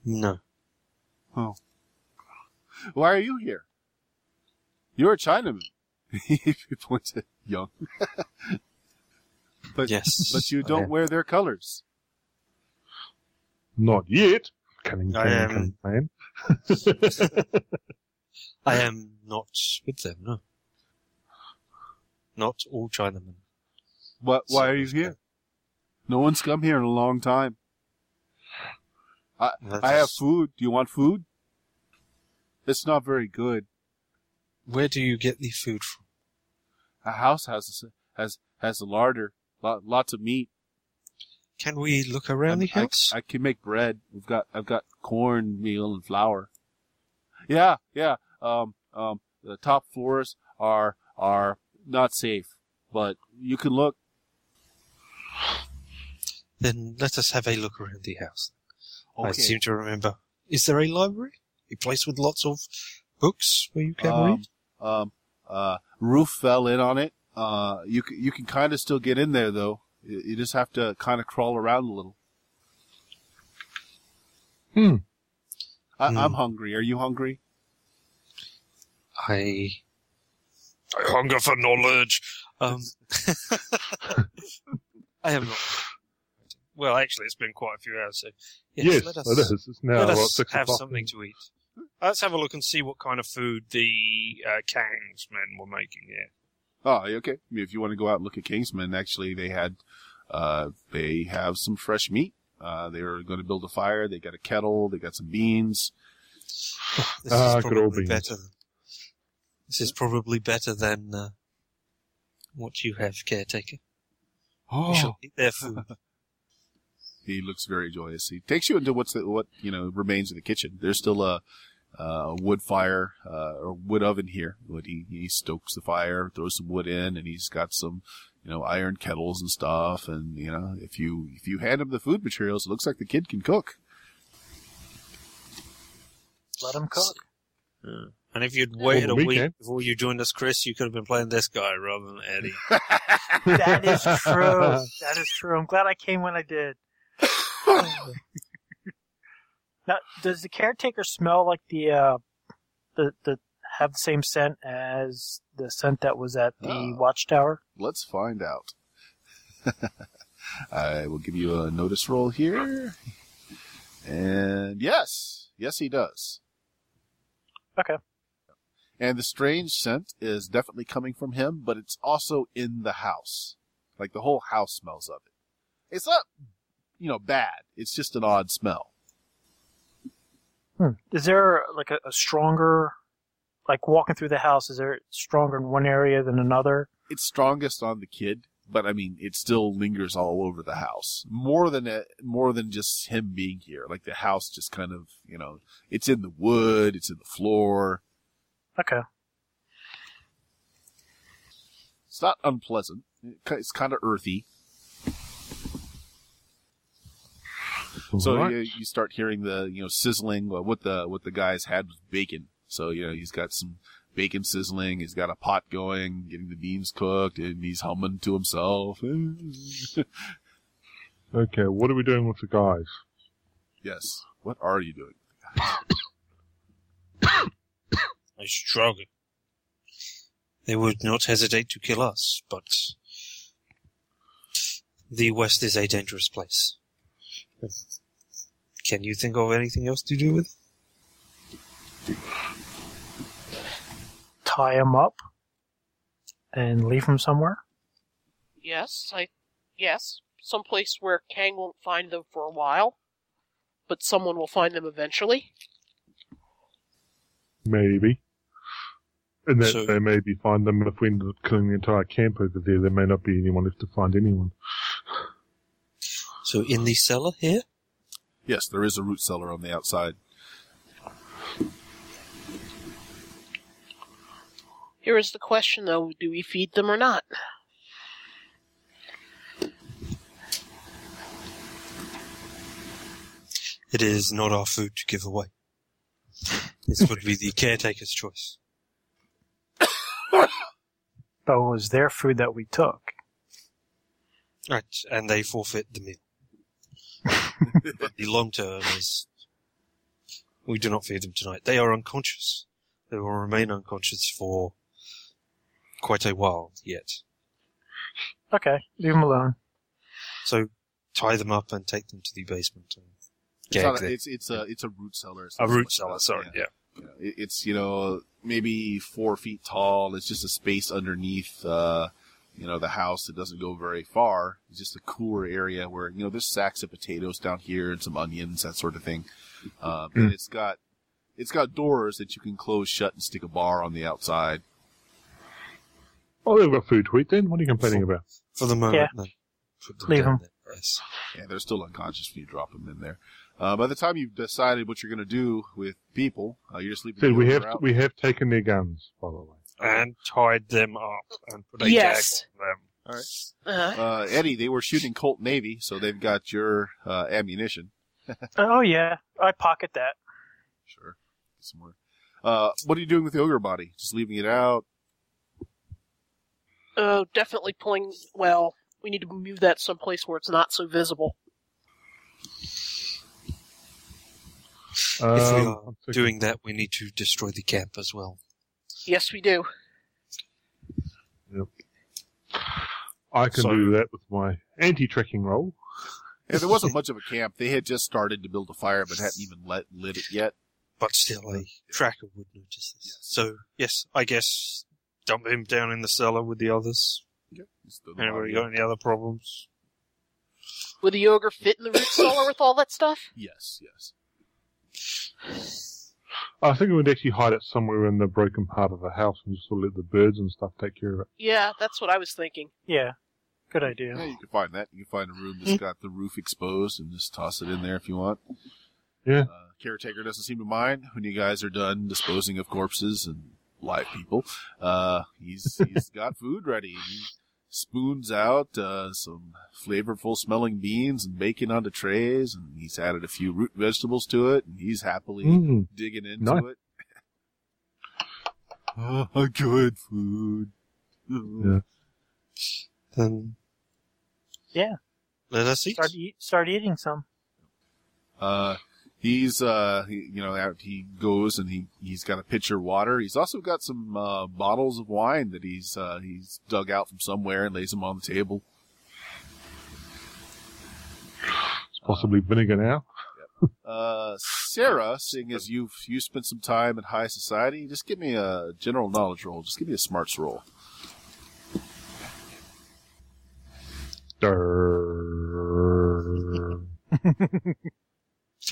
[SPEAKER 3] No.
[SPEAKER 1] Why are you here? You're a Chinaman. he points at Young. but
[SPEAKER 3] Yes.
[SPEAKER 1] but you don't wear their colors.
[SPEAKER 2] Not yet. Cunning,
[SPEAKER 3] I
[SPEAKER 2] cunning, cunning
[SPEAKER 3] am-
[SPEAKER 2] plan.
[SPEAKER 3] I am not with them, no. Not all Chinamen.
[SPEAKER 1] What? Why are you here? No one's come here in a long time.
[SPEAKER 3] That
[SPEAKER 1] I have
[SPEAKER 3] is-
[SPEAKER 1] food. Do you want food? It's not very good.
[SPEAKER 3] Where do you get the food from?
[SPEAKER 1] A house has has has a larder, lot, lots of meat.
[SPEAKER 3] Can we look around the
[SPEAKER 1] Um, I- I-
[SPEAKER 3] house?
[SPEAKER 1] I, can make bread. We've got I've got corn meal and flour. Yeah, yeah. Um, um, the top floors are are not safe, but you can look.
[SPEAKER 3] Then let us have a look around the house. I
[SPEAKER 1] Okay.
[SPEAKER 3] seem to remember. Is there a library? A place with lots of books where you can
[SPEAKER 1] um,
[SPEAKER 3] read?
[SPEAKER 1] um, uh, roof fell in on it. Uh, you c- you can kind of still get in there though. You, you just have to kind of crawl around a little.
[SPEAKER 2] Hmm.
[SPEAKER 1] I,
[SPEAKER 3] Hmm.
[SPEAKER 1] I'm hungry. Are you hungry?
[SPEAKER 3] I. I hunger for knowledge. Um, I am not. Well, actually, it's been quite a few hours, so. Yes,
[SPEAKER 2] Yes,
[SPEAKER 3] let us,
[SPEAKER 2] it is. It's now
[SPEAKER 3] let
[SPEAKER 2] about
[SPEAKER 3] us
[SPEAKER 2] six
[SPEAKER 3] have
[SPEAKER 2] o'clock.
[SPEAKER 3] something to eat. Uh, Let's have a look and see what kind of food the uh, Kang's men were making, yeah.
[SPEAKER 1] Oh, okay. I mean, if you want to go out and look at Kingsman, actually, they had, uh, they have some fresh meat. Uh, they were going to build a fire. They got a kettle. They got some beans.
[SPEAKER 3] This
[SPEAKER 2] Ah,
[SPEAKER 3] is
[SPEAKER 2] good old
[SPEAKER 3] probably
[SPEAKER 2] beans.
[SPEAKER 3] better. This is probably better than uh, what you have, caretaker. We shall eat their food.
[SPEAKER 1] he looks very joyous. He takes you into what's the, what you know remains of the kitchen. There's still a, a wood fire uh, or wood oven here. What he, he stokes the fire, throws some wood in, and he's got some you know iron kettles and stuff. And you know if you if you hand him the food materials, it looks like the kid can cook.
[SPEAKER 5] Let him cook.
[SPEAKER 3] Uh, and if you'd
[SPEAKER 2] Over
[SPEAKER 3] waited a
[SPEAKER 2] the
[SPEAKER 3] week
[SPEAKER 2] weekend.
[SPEAKER 3] before you joined us, Chris, you could have been playing this guy rather than Eddie.
[SPEAKER 5] That is true. That is true. I'm glad I came when I did. now, does the caretaker smell like the uh, the the have the same scent as the scent that was at the
[SPEAKER 1] Oh.
[SPEAKER 5] watchtower?
[SPEAKER 1] Let's find out. I will give you a notice roll here. And yes, yes, he does.
[SPEAKER 5] Okay.
[SPEAKER 1] And the strange scent is definitely coming from him, but it's also in the house. Like the whole house smells of it. It's not, you know, bad. It's just an odd smell.
[SPEAKER 5] Is there like a, a stronger, like walking through the house? Is there stronger in one area than another?
[SPEAKER 1] It's strongest on the kid, but I mean, it still lingers all over the house. More than a, more than just him being here. Like the house just kind of, you know, it's in the wood, it's in the floor.
[SPEAKER 5] Okay.
[SPEAKER 1] It's not unpleasant. It ki- It's kind of earthy. So
[SPEAKER 2] Alright.
[SPEAKER 1] you, you start hearing the you know sizzling. uh, What the what the guys had was bacon. So you know he's got some bacon sizzling. He's got a pot going, getting the beans cooked, and he's humming to himself.
[SPEAKER 2] Okay, what are we doing with the guys?
[SPEAKER 1] yes. What are you doing?
[SPEAKER 3] I shrug. They would not hesitate to kill us, but the West is a dangerous place. Can you think of anything else to do with? it?
[SPEAKER 5] Tie him up and leave him somewhere.
[SPEAKER 4] Yes, I. Yes, someplace where Kang won't find them for a while, but someone will find them eventually.
[SPEAKER 2] Maybe. And that
[SPEAKER 3] So-
[SPEAKER 2] they maybe find them if we end up killing the entire camp over there, there may not be anyone left to find anyone.
[SPEAKER 3] So in the cellar here?
[SPEAKER 1] Yes, there is a root cellar on the outside.
[SPEAKER 4] Here is the question, though: Do we feed them or not?
[SPEAKER 3] It is not our food to give away. This would be the caretaker's choice.
[SPEAKER 5] But it was their food that we took.
[SPEAKER 3] Right, and they forfeit the meal. but the long term is we do not feed them tonight. They are unconscious. They will remain unconscious for quite a while yet.
[SPEAKER 5] Okay, leave him alone.
[SPEAKER 3] So tie them up and take them to the basement and
[SPEAKER 1] It's,
[SPEAKER 3] gag
[SPEAKER 1] not a,
[SPEAKER 3] them.
[SPEAKER 1] it's it's a it's a root cellar. or
[SPEAKER 3] A
[SPEAKER 1] something
[SPEAKER 3] root
[SPEAKER 1] like
[SPEAKER 3] cellar,
[SPEAKER 1] that,
[SPEAKER 3] sorry,
[SPEAKER 1] yeah. you
[SPEAKER 3] yeah.
[SPEAKER 1] know, it- it's you know maybe four feet tall. It's just a space underneath, uh, you know, the house that doesn't go very far. It's just a cooler area where you know there's sacks of potatoes down here and some onions, that sort of thing. Uh,
[SPEAKER 3] Hmm.
[SPEAKER 1] and it's got it's got doors that you can close shut and stick a bar on the outside.
[SPEAKER 2] Oh, they've got food to eat then. What are you complaining about?
[SPEAKER 3] For the moment,
[SPEAKER 5] Yeah.
[SPEAKER 3] then put them
[SPEAKER 5] Leave
[SPEAKER 3] down
[SPEAKER 5] 'em.
[SPEAKER 3] there, yes.
[SPEAKER 1] Yeah, they're still unconscious when you drop them in there. Uh, by the time you've decided what you're going to do with people, uh, you're just leaving.
[SPEAKER 2] Said
[SPEAKER 1] the
[SPEAKER 2] we
[SPEAKER 1] door
[SPEAKER 2] have
[SPEAKER 1] out.
[SPEAKER 2] we have taken their guns, by the way.
[SPEAKER 3] And tied them up and put a
[SPEAKER 4] Yes.
[SPEAKER 3] gag on them.
[SPEAKER 4] Uh,
[SPEAKER 1] uh, Eddie, they were shooting Colt Navy, so they've got your uh, ammunition.
[SPEAKER 5] Oh yeah, I pocket that.
[SPEAKER 1] Sure. Get some more. Uh, what are you doing with the ogre body? Just leaving it out?
[SPEAKER 4] oh, definitely pulling. Well, we need to move that someplace where it's not so visible.
[SPEAKER 3] If we
[SPEAKER 2] Um,
[SPEAKER 3] are
[SPEAKER 2] I'm thinking-
[SPEAKER 3] doing that, we need to destroy the camp as well.
[SPEAKER 4] Yes, we do.
[SPEAKER 2] I can
[SPEAKER 3] Sorry.
[SPEAKER 2] do that with my anti-tracking roll.
[SPEAKER 1] Yeah, there wasn't much of a camp. They had just started to build a fire, but hadn't even let, lit it yet.
[SPEAKER 3] But still, a tracker would notice this. So, yes, I guess dump him down in the cellar with the others.
[SPEAKER 1] Just throw the
[SPEAKER 3] Anybody
[SPEAKER 1] body
[SPEAKER 3] got
[SPEAKER 1] out.
[SPEAKER 3] any other problems?
[SPEAKER 4] Would the ogre fit in the root cellar with all that stuff?
[SPEAKER 1] Yes, yes.
[SPEAKER 2] I think we would actually hide it somewhere in the broken part of the house and just sort of let the birds and stuff take care of it.
[SPEAKER 4] Yeah, that's what I was thinking.
[SPEAKER 5] Yeah, good
[SPEAKER 1] Yeah,
[SPEAKER 5] idea.
[SPEAKER 1] you can find that. You can find a room that's
[SPEAKER 2] Mm-hmm.
[SPEAKER 1] got the roof exposed and just toss it in there if you want.
[SPEAKER 2] Yeah.
[SPEAKER 1] Uh, caretaker doesn't seem to mind when you guys are done disposing of corpses and live people. Uh, he's he's got food ready. He spoons out uh, some flavorful smelling beans and bacon onto trays, and he's added a few root vegetables to it, and he's happily
[SPEAKER 2] Mm.
[SPEAKER 1] digging into
[SPEAKER 2] Nice.
[SPEAKER 1] it. Ah, good food.
[SPEAKER 2] Yeah.
[SPEAKER 3] Then.
[SPEAKER 5] Yeah.
[SPEAKER 3] Let us eat.
[SPEAKER 5] Start eat, start eating some.
[SPEAKER 1] Uh, he's uh, he, you know, out he goes and he he's got a pitcher of water. He's also got some uh, bottles of wine that he's uh, he's dug out from somewhere and lays them on the table.
[SPEAKER 2] It's
[SPEAKER 3] Ah.
[SPEAKER 2] possibly vinegar now.
[SPEAKER 1] Uh, Sarah, seeing as you've you spent some time in high society, just give me a general knowledge roll. Just give me a smarts roll.
[SPEAKER 2] Durr.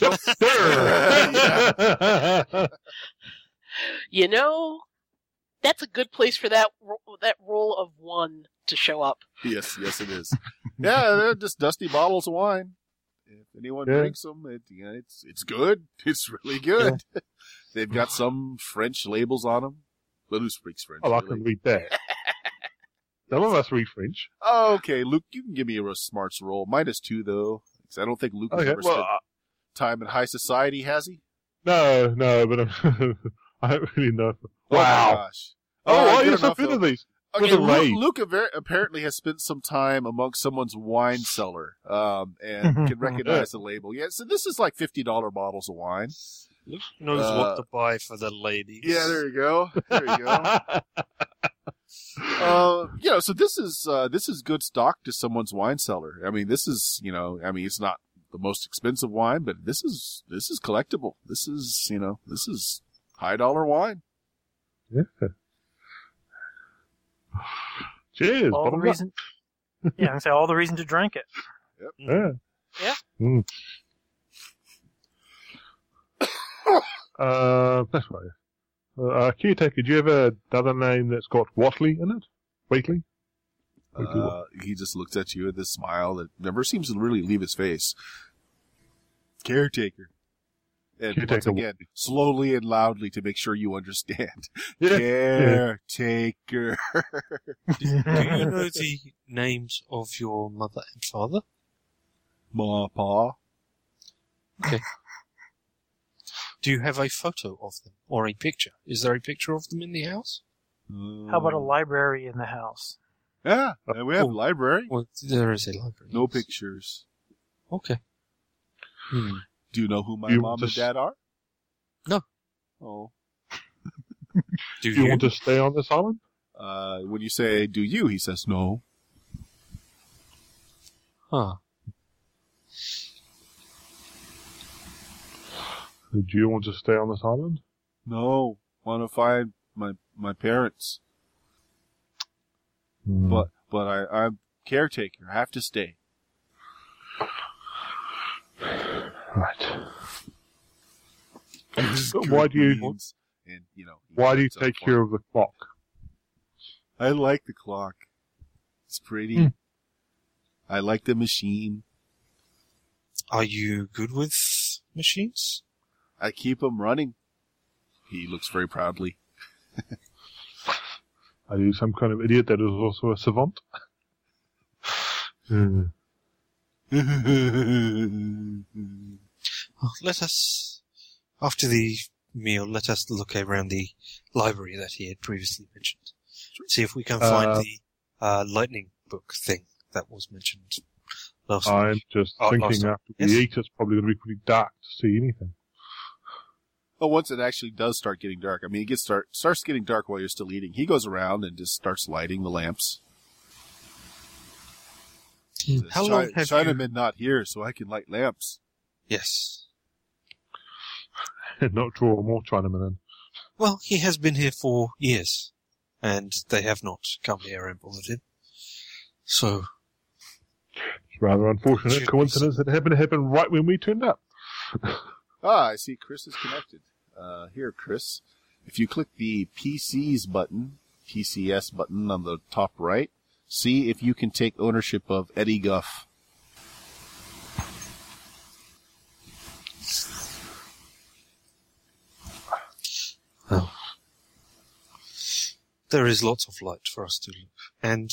[SPEAKER 2] Yep, durr.
[SPEAKER 4] You know, that's a good place for that ro- that roll of one to show up.
[SPEAKER 1] Yes, yes, it is. yeah, they're just dusty bottles of wine. If anyone
[SPEAKER 2] Yeah.
[SPEAKER 1] drinks them, it, you know, it's it's good. It's really good. They've got some French labels on them. But who speaks French?
[SPEAKER 2] Oh, I
[SPEAKER 1] really?
[SPEAKER 2] can read that. Some of us read French.
[SPEAKER 1] Okay, Luke, you can give me a smarts roll. Minus two though, 'cause I don't think Luke has
[SPEAKER 2] Okay,
[SPEAKER 1] ever
[SPEAKER 2] well,
[SPEAKER 1] spent time in high society, has he?
[SPEAKER 2] No, no, but I'm, I don't really know.
[SPEAKER 1] Oh my
[SPEAKER 2] Wow.
[SPEAKER 1] gosh.
[SPEAKER 2] Oh,
[SPEAKER 1] All right,
[SPEAKER 2] oh
[SPEAKER 1] good
[SPEAKER 2] you're so
[SPEAKER 1] enough,
[SPEAKER 2] good
[SPEAKER 1] though.
[SPEAKER 2] at these.
[SPEAKER 1] Okay,
[SPEAKER 2] With a
[SPEAKER 1] Luke,
[SPEAKER 2] rave.
[SPEAKER 1] Luke aver- apparently has spent some time amongst someone's wine cellar um, and can recognize the label. Yeah, so this is like fifty dollar bottles of wine.
[SPEAKER 3] Luke knows
[SPEAKER 1] Uh,
[SPEAKER 3] what to buy for the ladies.
[SPEAKER 1] Yeah, there you go. There you go.
[SPEAKER 2] Um,
[SPEAKER 1] uh, you know, so this is uh, this is good stock to someone's wine cellar. I mean, this is you know, I mean, it's not the most expensive wine, but this is this is collectible. This is you know, this is high dollar wine.
[SPEAKER 2] Cheers.
[SPEAKER 5] All the
[SPEAKER 2] bottom
[SPEAKER 5] reason. yeah, I say all the reason to drink it.
[SPEAKER 2] up. Yeah.
[SPEAKER 4] Yeah.
[SPEAKER 2] Mm. uh, that's right. Uh, caretaker, do you have a- another name that's got Watley in it? Wheatley? Wheatley Wat-
[SPEAKER 1] Uh, he just looks at you with this smile that never seems to really leave his face. Caretaker. And once
[SPEAKER 2] Caretaker.
[SPEAKER 1] again, slowly and loudly to make sure you understand.
[SPEAKER 2] yeah.
[SPEAKER 1] Caretaker.
[SPEAKER 3] Do you know the names of your mother and father?
[SPEAKER 1] Ma, pa.
[SPEAKER 3] Do you have a photo of them or a picture? Is there a picture of them in the house?
[SPEAKER 5] How about a library in the house?
[SPEAKER 1] Yeah, and we have
[SPEAKER 3] Oh.
[SPEAKER 1] library.
[SPEAKER 3] Well, there is a library.
[SPEAKER 1] No pictures.
[SPEAKER 3] Okay. Hmm.
[SPEAKER 1] Do you know who my
[SPEAKER 2] You
[SPEAKER 1] mom
[SPEAKER 2] just-
[SPEAKER 1] and dad are?
[SPEAKER 3] No.
[SPEAKER 1] Oh.
[SPEAKER 3] Do
[SPEAKER 2] Do
[SPEAKER 3] you?
[SPEAKER 2] you want to stay on this island?
[SPEAKER 1] Uh, when you say, do you? He says, no.
[SPEAKER 3] Huh.
[SPEAKER 2] Do you want to stay on this island?
[SPEAKER 1] No. Want to find my, my parents.
[SPEAKER 2] Hmm.
[SPEAKER 1] But, but I, I'm caretaker. I have to stay.
[SPEAKER 2] right. But why do you
[SPEAKER 1] Beans And, you know. he
[SPEAKER 2] why do you
[SPEAKER 1] puts up
[SPEAKER 2] take
[SPEAKER 1] for-
[SPEAKER 2] care of the clock?
[SPEAKER 1] I like the clock. It's pretty.
[SPEAKER 2] Hmm.
[SPEAKER 1] I like the machine.
[SPEAKER 3] Are you good with machines?
[SPEAKER 1] I keep him running. He looks very proudly.
[SPEAKER 2] Are you some kind of idiot that is also a savant? Hmm.
[SPEAKER 1] There's
[SPEAKER 3] Oh, let us, after the meal, let us look around the library that he had previously mentioned. See if we can find
[SPEAKER 2] Uh,
[SPEAKER 3] the uh, lightning book thing that was mentioned last time.
[SPEAKER 2] I'm just
[SPEAKER 3] Oh,
[SPEAKER 2] thinking
[SPEAKER 3] lost it.
[SPEAKER 2] after we
[SPEAKER 3] Yes.
[SPEAKER 2] eat, it's probably going to be pretty dark to see anything.
[SPEAKER 1] Well, once it actually does start getting dark, I mean, it gets start starts getting dark while you're still eating. He goes around and just starts lighting the lamps. Says,
[SPEAKER 3] How
[SPEAKER 1] "Chi-
[SPEAKER 3] long have you?
[SPEAKER 1] Chinaman not here, so I can light lamps.
[SPEAKER 3] Yes.
[SPEAKER 2] And not draw more Chinamen in.
[SPEAKER 3] Well, he has been here for years, and they have not come here and bothered him. So,
[SPEAKER 2] It's rather
[SPEAKER 3] Should we-
[SPEAKER 2] unfortunate coincidence that it happened to happen right when we turned up.
[SPEAKER 1] Ah, I see. Chris is connected. Uh, here, Chris. If you click the PCs button, PCS button on the top right, see if you can take ownership of Eddie Guff.
[SPEAKER 3] There is lots of light for us to look, and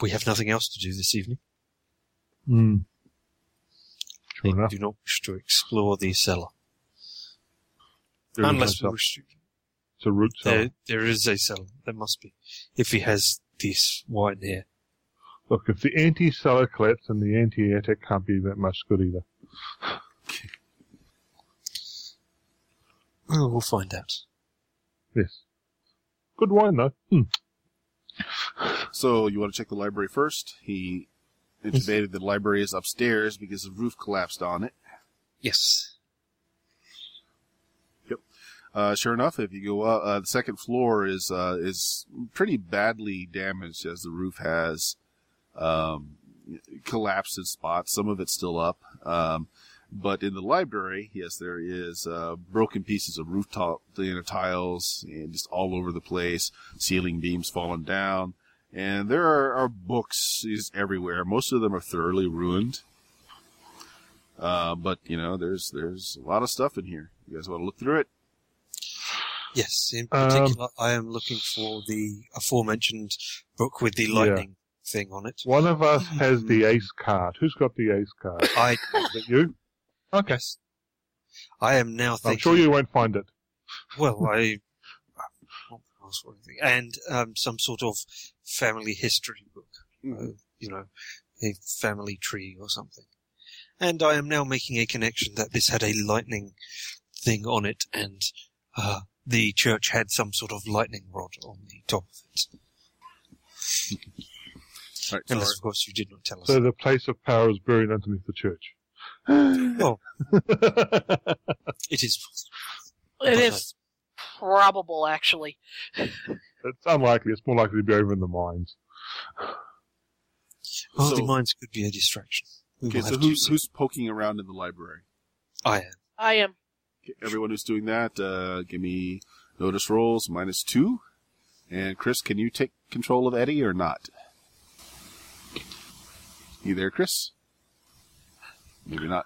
[SPEAKER 3] we have nothing else to do this evening.
[SPEAKER 2] Hmm. Sure
[SPEAKER 3] We
[SPEAKER 2] enough.
[SPEAKER 3] do not wish to explore the cellar.
[SPEAKER 2] there is no
[SPEAKER 3] Unless we
[SPEAKER 2] cell.
[SPEAKER 3] wish to.
[SPEAKER 2] it's a root cell.
[SPEAKER 3] There, there is a cellar. There must be. If he has this wine here.
[SPEAKER 2] Look, if the anti-cellar collapsed, then the anti-attic can't be that much good either.
[SPEAKER 3] Oh, we'll find out.
[SPEAKER 2] Yes. Good wine, though. Hmm.
[SPEAKER 1] So you want to check the library first? He intimated that the library is upstairs because the roof collapsed on it.
[SPEAKER 3] Yes.
[SPEAKER 1] Uh, sure enough, if you go up, uh, the second floor is uh, is pretty badly damaged as the roof has um, collapsed in spots. Some of it's still up, um, but in the library, yes, there is uh, broken pieces of rooftop you know, tiles and just all over the place. Ceiling beams fallen down, and there are, are books is everywhere. Most of them are thoroughly ruined. Uh, but you know, there's there's a lot of stuff in here. You guys want to look through it?
[SPEAKER 3] Yes. In
[SPEAKER 2] Um,
[SPEAKER 3] particular, I am looking for the aforementioned book with the lightning thing on it.
[SPEAKER 2] One of us has the ace card. Who's got the ace card? Is
[SPEAKER 3] I,
[SPEAKER 2] it you? Okay.
[SPEAKER 3] yes. I am now thinking.
[SPEAKER 2] I'm sure you won't find it.
[SPEAKER 3] Well, I. I can't ask for anything. And um, some sort of family history book. Uh, you know, a family tree or something. And I am now making a connection that this had a lightning thing on it, and uh, the church had some sort of lightning rod on the top of it.
[SPEAKER 1] All right, so
[SPEAKER 3] Unless, of course, you did not tell us.
[SPEAKER 2] So the place of power is buried underneath the church.
[SPEAKER 3] Oh.
[SPEAKER 2] That's
[SPEAKER 3] it is.
[SPEAKER 4] It is probable, actually.
[SPEAKER 2] unlikely. It's more likely to be over in the mines.
[SPEAKER 3] Well, the
[SPEAKER 1] So-
[SPEAKER 3] mines could be a distraction. We
[SPEAKER 1] okay,
[SPEAKER 3] will
[SPEAKER 1] so
[SPEAKER 3] have to
[SPEAKER 1] who's,
[SPEAKER 3] see.
[SPEAKER 1] who's poking around in the library?
[SPEAKER 3] I am.
[SPEAKER 4] I am.
[SPEAKER 1] Okay, everyone who's doing that, uh, give me notice rolls minus two. And Chris, can you take control of Eddie or not? You there, Chris? Maybe not.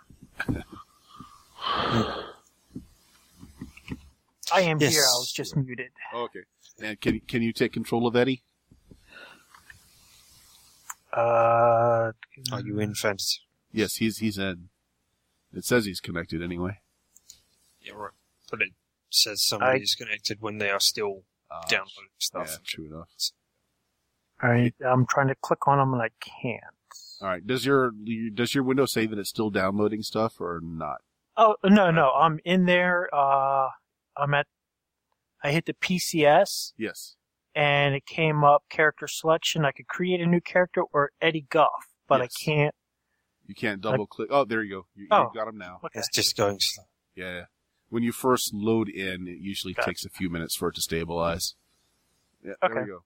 [SPEAKER 5] I am
[SPEAKER 3] Yes.
[SPEAKER 5] here. I was just muted.
[SPEAKER 1] Oh, okay. And can can you take control of Eddie?
[SPEAKER 5] Uh,
[SPEAKER 3] Are you
[SPEAKER 1] Mm.
[SPEAKER 3] in fantasy?
[SPEAKER 1] Yes, he's he's in. It says he's connected anyway.
[SPEAKER 3] Yeah, right. But it says somebody
[SPEAKER 5] I-
[SPEAKER 3] is connected when they are still
[SPEAKER 1] Uh,
[SPEAKER 3] downloading
[SPEAKER 1] Yeah,
[SPEAKER 3] stuff.
[SPEAKER 1] true enough.
[SPEAKER 5] I, I'm trying to click on them and I can't.
[SPEAKER 1] All right. Does your does your window say that it's still downloading stuff or not?
[SPEAKER 5] Oh no, no, I'm in there. Uh, I'm at. I hit the PCS
[SPEAKER 1] Yes.
[SPEAKER 5] and it came up character selection. I could create a new character or Eddie Goff, but
[SPEAKER 1] Yes.
[SPEAKER 5] I can't.
[SPEAKER 1] You can't double click. Oh, there you go. You,
[SPEAKER 5] Oh.
[SPEAKER 1] you got them now.
[SPEAKER 5] Okay.
[SPEAKER 3] It's just going slow.
[SPEAKER 1] Yeah. When you first load in, it usually
[SPEAKER 5] Gotcha.
[SPEAKER 1] takes a few minutes for it to stabilize. Yeah,
[SPEAKER 5] Okay.
[SPEAKER 1] there we go.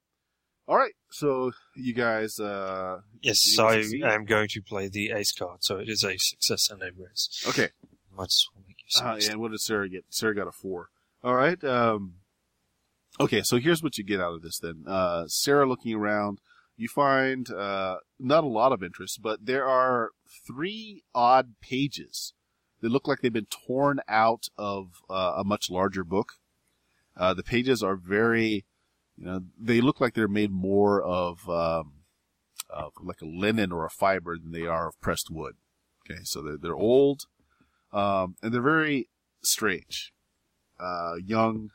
[SPEAKER 1] All right. So you guys, uh,
[SPEAKER 3] Yes,
[SPEAKER 1] You
[SPEAKER 3] so I
[SPEAKER 1] succeed.
[SPEAKER 3] am going to play the ace card, so it is a success and a risk.
[SPEAKER 1] okay.
[SPEAKER 3] Might as well make you
[SPEAKER 1] Uh, and what did Sarah get? Sarah got a four. All right. Um, okay, so here's what you get out of this then. Uh, Sarah looking around, you find uh, not a lot of interest, but there are three odd pages that look like they've been torn out of uh, a much larger book. Uh, the pages are very, you know, they look like they're made more of, um, of like a linen or a fiber than they are of pressed wood. Okay, so they're, they're old um, and they're very strange. Uh, young,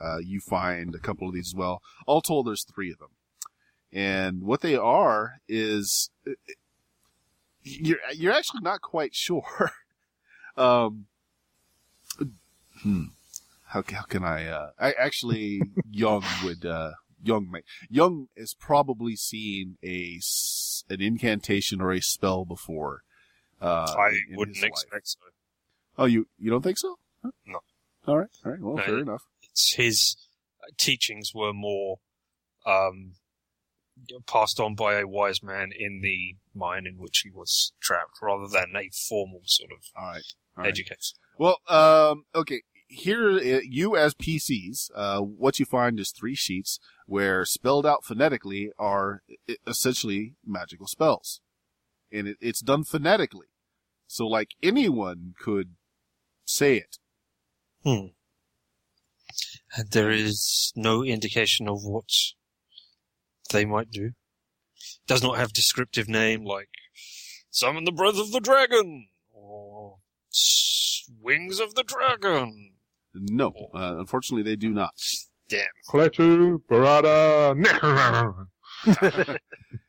[SPEAKER 1] uh, you find a couple of these as well. All told, there's three of them, and what they are is uh, you're you're actually not quite sure. um, hmm. How, how can I? Uh, I actually Young would uh, Young might Young has probably seen a s- an incantation or a spell before. Uh,
[SPEAKER 3] I
[SPEAKER 1] in- in
[SPEAKER 3] wouldn't
[SPEAKER 1] his life.
[SPEAKER 3] expect so.
[SPEAKER 1] Oh, you you don't think so? Huh?
[SPEAKER 3] No.
[SPEAKER 1] All right, all right. Well,
[SPEAKER 3] No.
[SPEAKER 1] fair enough.
[SPEAKER 3] It's his uh, teachings were more um, passed on by a wise man in the mine in which he was trapped, rather than a formal sort of
[SPEAKER 1] All right, all right.
[SPEAKER 3] education.
[SPEAKER 1] Well, um, okay. Here, uh, you as PCs, uh, what you find is three sheets where spelled out phonetically are e- essentially magical spells, and it, it's done phonetically. So, like anyone could say it.
[SPEAKER 3] Hmm. And there is no indication of what they might do. Does not have descriptive name like summon the breath of the dragon or "S- wings of the dragon.
[SPEAKER 1] No, uh, unfortunately, they do not.
[SPEAKER 2] Kletu, Barada,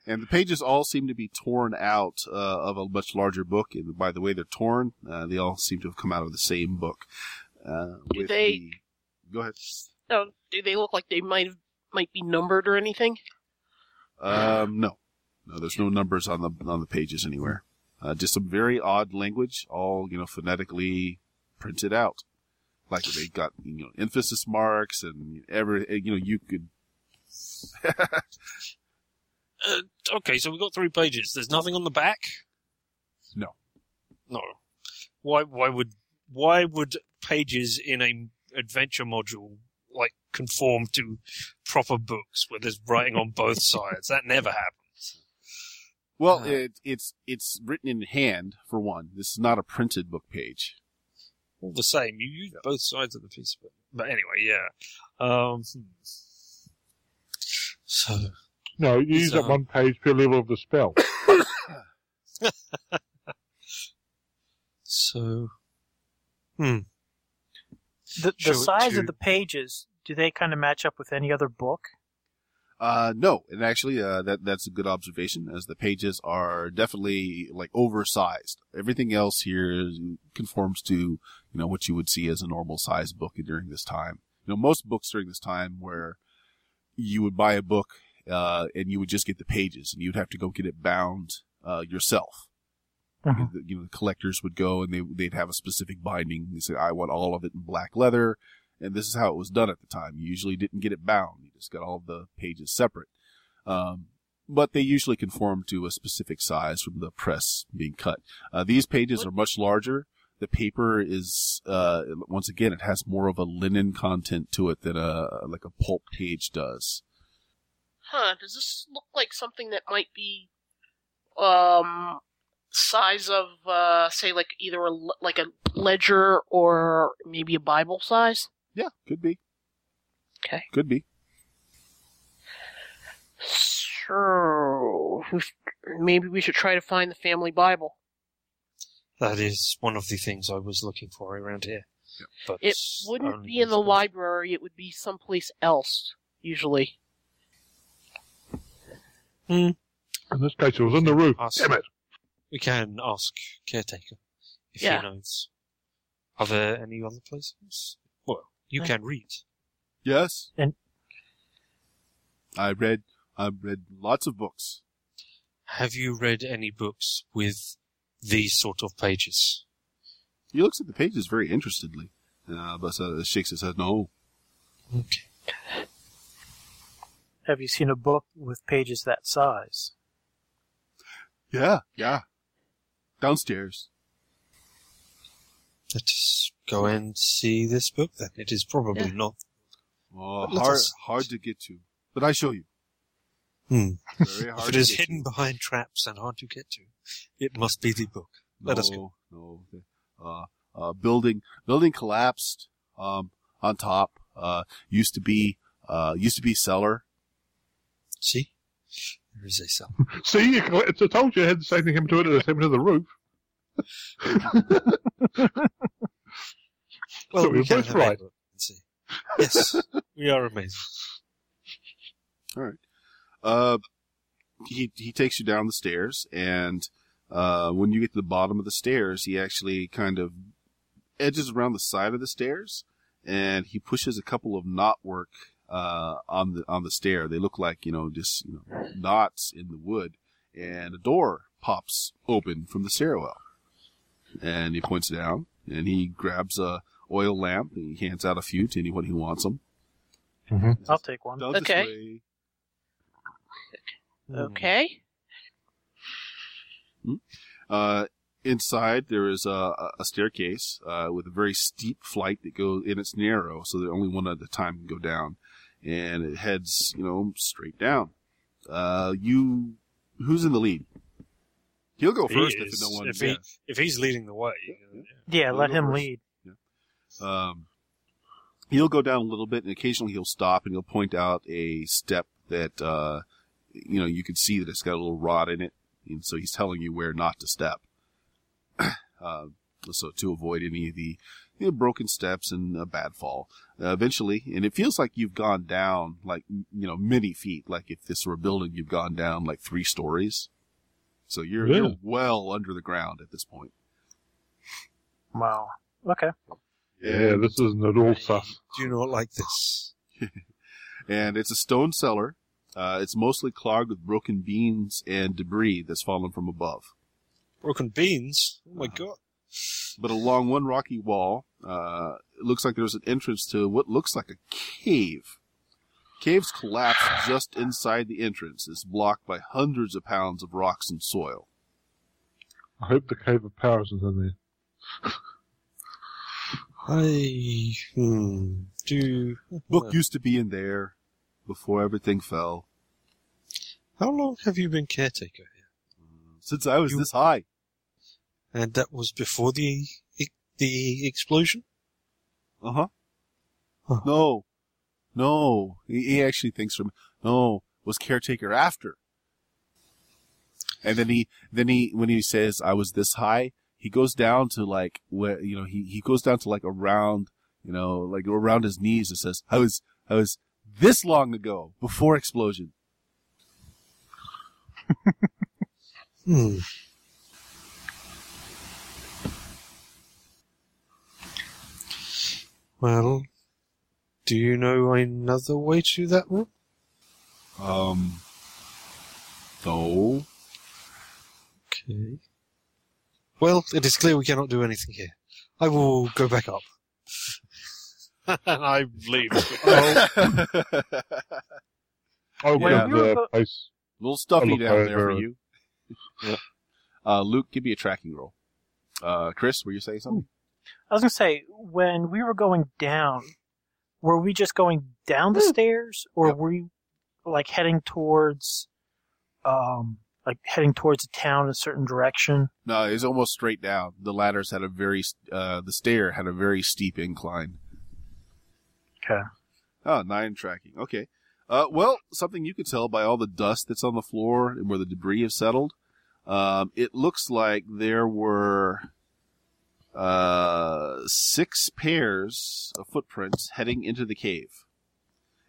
[SPEAKER 1] And the pages all seem to be torn out uh, of a much larger book. And by the way, they're torn. Uh, they all seem to have come out of the same book. Uh,
[SPEAKER 4] Do
[SPEAKER 1] with
[SPEAKER 4] they-
[SPEAKER 1] the- Go ahead.
[SPEAKER 4] Now, do they look like they might have, might be numbered or anything?
[SPEAKER 1] Um, no, no. There's no numbers on the on the pages anywhere. Uh, just some very odd language, all you know, phonetically printed out. Like they got you know emphasis marks and every eh, you know you could
[SPEAKER 3] Uh, okay, so we've got three pages. There's nothing on the back.
[SPEAKER 1] No.
[SPEAKER 3] No. Why? Why would? Why would pages in a adventure module like conform to proper books where there's writing on both sides? That never happens.
[SPEAKER 1] Well,
[SPEAKER 4] Uh-huh.
[SPEAKER 3] Uh.
[SPEAKER 1] it, it's it's written in hand for one. This is not a printed book page.
[SPEAKER 3] All the same, you use both sides of the piece of it. But anyway, yeah. Um, hmm. so
[SPEAKER 2] No, you use
[SPEAKER 3] So-
[SPEAKER 2] that one page per level of the spell.
[SPEAKER 3] so
[SPEAKER 5] The,
[SPEAKER 3] Show
[SPEAKER 5] the
[SPEAKER 3] it
[SPEAKER 5] size
[SPEAKER 3] to-
[SPEAKER 5] of the pages, do they kind of match up with any other book?
[SPEAKER 1] Uh, no, and actually, uh, that that's a good observation, as the pages are definitely like oversized. Everything else here conforms to you know what you would see as a normal size book during this time. You know, most books during this time where you would buy a book uh, and you would just get the pages, and you'd have to go get it bound uh, yourself.
[SPEAKER 5] Mhm.
[SPEAKER 1] You know, the collectors would go and they they'd have a specific binding. They said, "I want all of it in black leather." and this is how it was done at the time. You usually didn't get it bound; you just got all the pages separate. Um, but they usually conform to a specific size from the press being cut. Uh, these pages are much larger. The paper is uh, once again it has more of a linen content to it than a like a pulp page does.
[SPEAKER 4] Huh? Does this look like something that might be, um, size of, uh, say, like either a le- like a ledger or maybe a Bible size?
[SPEAKER 1] Yeah, could be.
[SPEAKER 4] Okay.
[SPEAKER 1] could be.
[SPEAKER 4] So we sh- maybe we should try to find the family Bible.
[SPEAKER 3] that is one of the things I was looking for around here. But
[SPEAKER 4] It wouldn't
[SPEAKER 3] only
[SPEAKER 4] be in the
[SPEAKER 3] because-
[SPEAKER 4] library; it would be someplace else. Usually,
[SPEAKER 2] In this case, it was in the roof.
[SPEAKER 3] Awesome.
[SPEAKER 2] Damn it.
[SPEAKER 3] We can ask caretaker if
[SPEAKER 4] Yeah.
[SPEAKER 3] he knows. Are there any other places? Well, you
[SPEAKER 5] Yeah.
[SPEAKER 3] can read.
[SPEAKER 1] Yes.
[SPEAKER 5] And-
[SPEAKER 1] I read I read lots of books.
[SPEAKER 3] Have you read any books with these sort of pages?
[SPEAKER 1] He looks at the pages very interestedly, uh, but uh, shakes his head no.
[SPEAKER 3] Okay.
[SPEAKER 5] Have you seen a book with pages that size?
[SPEAKER 1] Yeah, yeah. Downstairs.
[SPEAKER 3] Let's go and see this book then. It is probably not.
[SPEAKER 1] Oh,
[SPEAKER 3] But let
[SPEAKER 1] hard,
[SPEAKER 3] us-
[SPEAKER 1] hard to get to. But I show you.
[SPEAKER 3] Hmm.
[SPEAKER 1] Very hard
[SPEAKER 3] If it
[SPEAKER 1] to
[SPEAKER 3] is
[SPEAKER 1] get
[SPEAKER 3] hidden
[SPEAKER 1] to.
[SPEAKER 3] behind traps and hard to get to, it must be the book. Let us
[SPEAKER 1] No, no. Uh, uh, building building collapsed. Um, on top uh, used to be uh, used to be cellar.
[SPEAKER 3] See? There is a cell.
[SPEAKER 2] See, you, cl- it's- I told you it had the same thing happen to it as happened to the roof.
[SPEAKER 3] Well,
[SPEAKER 2] So
[SPEAKER 3] we
[SPEAKER 2] we're
[SPEAKER 3] can
[SPEAKER 2] both
[SPEAKER 3] have a
[SPEAKER 2] right.
[SPEAKER 3] look and see. Yes, we are amazing.
[SPEAKER 1] Uh, he he takes you down the stairs, and uh, when you get to the bottom of the stairs, he actually kind of edges around the side of the stairs, and he pushes a couple of knot work uh, on the on the stair. They look like you know just you know knots in the wood, and a door pops open from the stairwell, and he points down, and he grabs a oil lamp, and he hands out a few to anyone who wants them.
[SPEAKER 5] I'll take one.
[SPEAKER 1] Down this
[SPEAKER 4] Okay.
[SPEAKER 1] way.
[SPEAKER 3] Hmm.
[SPEAKER 4] Okay.
[SPEAKER 1] Uh, inside there is a- a, a staircase uh, with a very steep flight that goes, and it's narrow, so that only one at a time can go down, and it heads, you know, straight down. Uh, you, who's in the lead? He'll go
[SPEAKER 3] He
[SPEAKER 1] first if
[SPEAKER 3] is.
[SPEAKER 1] no one.
[SPEAKER 3] If he- If he's leading the way,
[SPEAKER 5] Yeah,
[SPEAKER 1] I'll
[SPEAKER 5] let
[SPEAKER 1] go
[SPEAKER 5] him
[SPEAKER 1] first.
[SPEAKER 5] lead.
[SPEAKER 1] Um, he'll go down a little bit, and occasionally he'll stop and he'll point out a step that uh, you know you can see that it's got a little rod in it, and so he's telling you where not to step, uh, so to avoid any of the you know, broken steps and a bad fall. Uh, eventually, and it feels like you've gone down like m- you know many feet. Like if this were a building, you've gone down like three stories. So you're you're
[SPEAKER 2] Really?
[SPEAKER 1] well under the ground at this point.
[SPEAKER 5] Wow. Okay.
[SPEAKER 2] Yeah, this isn't at all sus.
[SPEAKER 3] do you not like this?
[SPEAKER 1] and it's a stone cellar. Uh, it's mostly clogged with broken beams and debris that's fallen from above.
[SPEAKER 3] Broken beans? Oh my god.
[SPEAKER 1] But along one rocky wall, uh, it looks like there's an entrance to what looks like a cave. Caves collapse just inside the entrance. It's blocked by hundreds of pounds of rocks and soil.
[SPEAKER 2] I hope the Cave of Power isn't in there.
[SPEAKER 3] I hmm, do.
[SPEAKER 1] Book used to be in there before everything fell.
[SPEAKER 3] How long have you been caretaker here?
[SPEAKER 1] Since I was
[SPEAKER 3] You-
[SPEAKER 1] this high,
[SPEAKER 3] And that was before the the explosion.
[SPEAKER 1] Uh huh.
[SPEAKER 3] Huh.
[SPEAKER 1] No, no. He, he actually thinks from no was caretaker after. And then he, then he, when he says I was this high, he goes down to like where you know he he goes down to like around you know like around his knees and says I was I was this long ago before explosion.
[SPEAKER 3] Hmm. Well, do you know another way to that room?
[SPEAKER 1] Um. No.
[SPEAKER 3] Okay. Well, it is clear we cannot do anything here. I will go back up. and I leave.
[SPEAKER 2] I'll
[SPEAKER 1] Yeah.
[SPEAKER 2] give Oh, the place.
[SPEAKER 1] little stuffy
[SPEAKER 2] Look
[SPEAKER 1] down there for
[SPEAKER 2] over.
[SPEAKER 1] you. uh, Luke, give me a tracking roll. Uh, Chris, were you saying something?
[SPEAKER 5] I was gonna say when we were going down, were we just going down the stairs, or
[SPEAKER 1] Yep.
[SPEAKER 5] were we like heading towards, um, like heading towards a town in a certain direction?
[SPEAKER 1] No, it's almost straight down. The ladders had a very, uh, the stair had a very steep incline.
[SPEAKER 5] Okay.
[SPEAKER 1] Oh, nine tracking. Okay. Uh, well, something you could tell by all the dust that's on the floor and where the debris have settled. Um, it looks like there were uh, six pairs of footprints heading into the cave.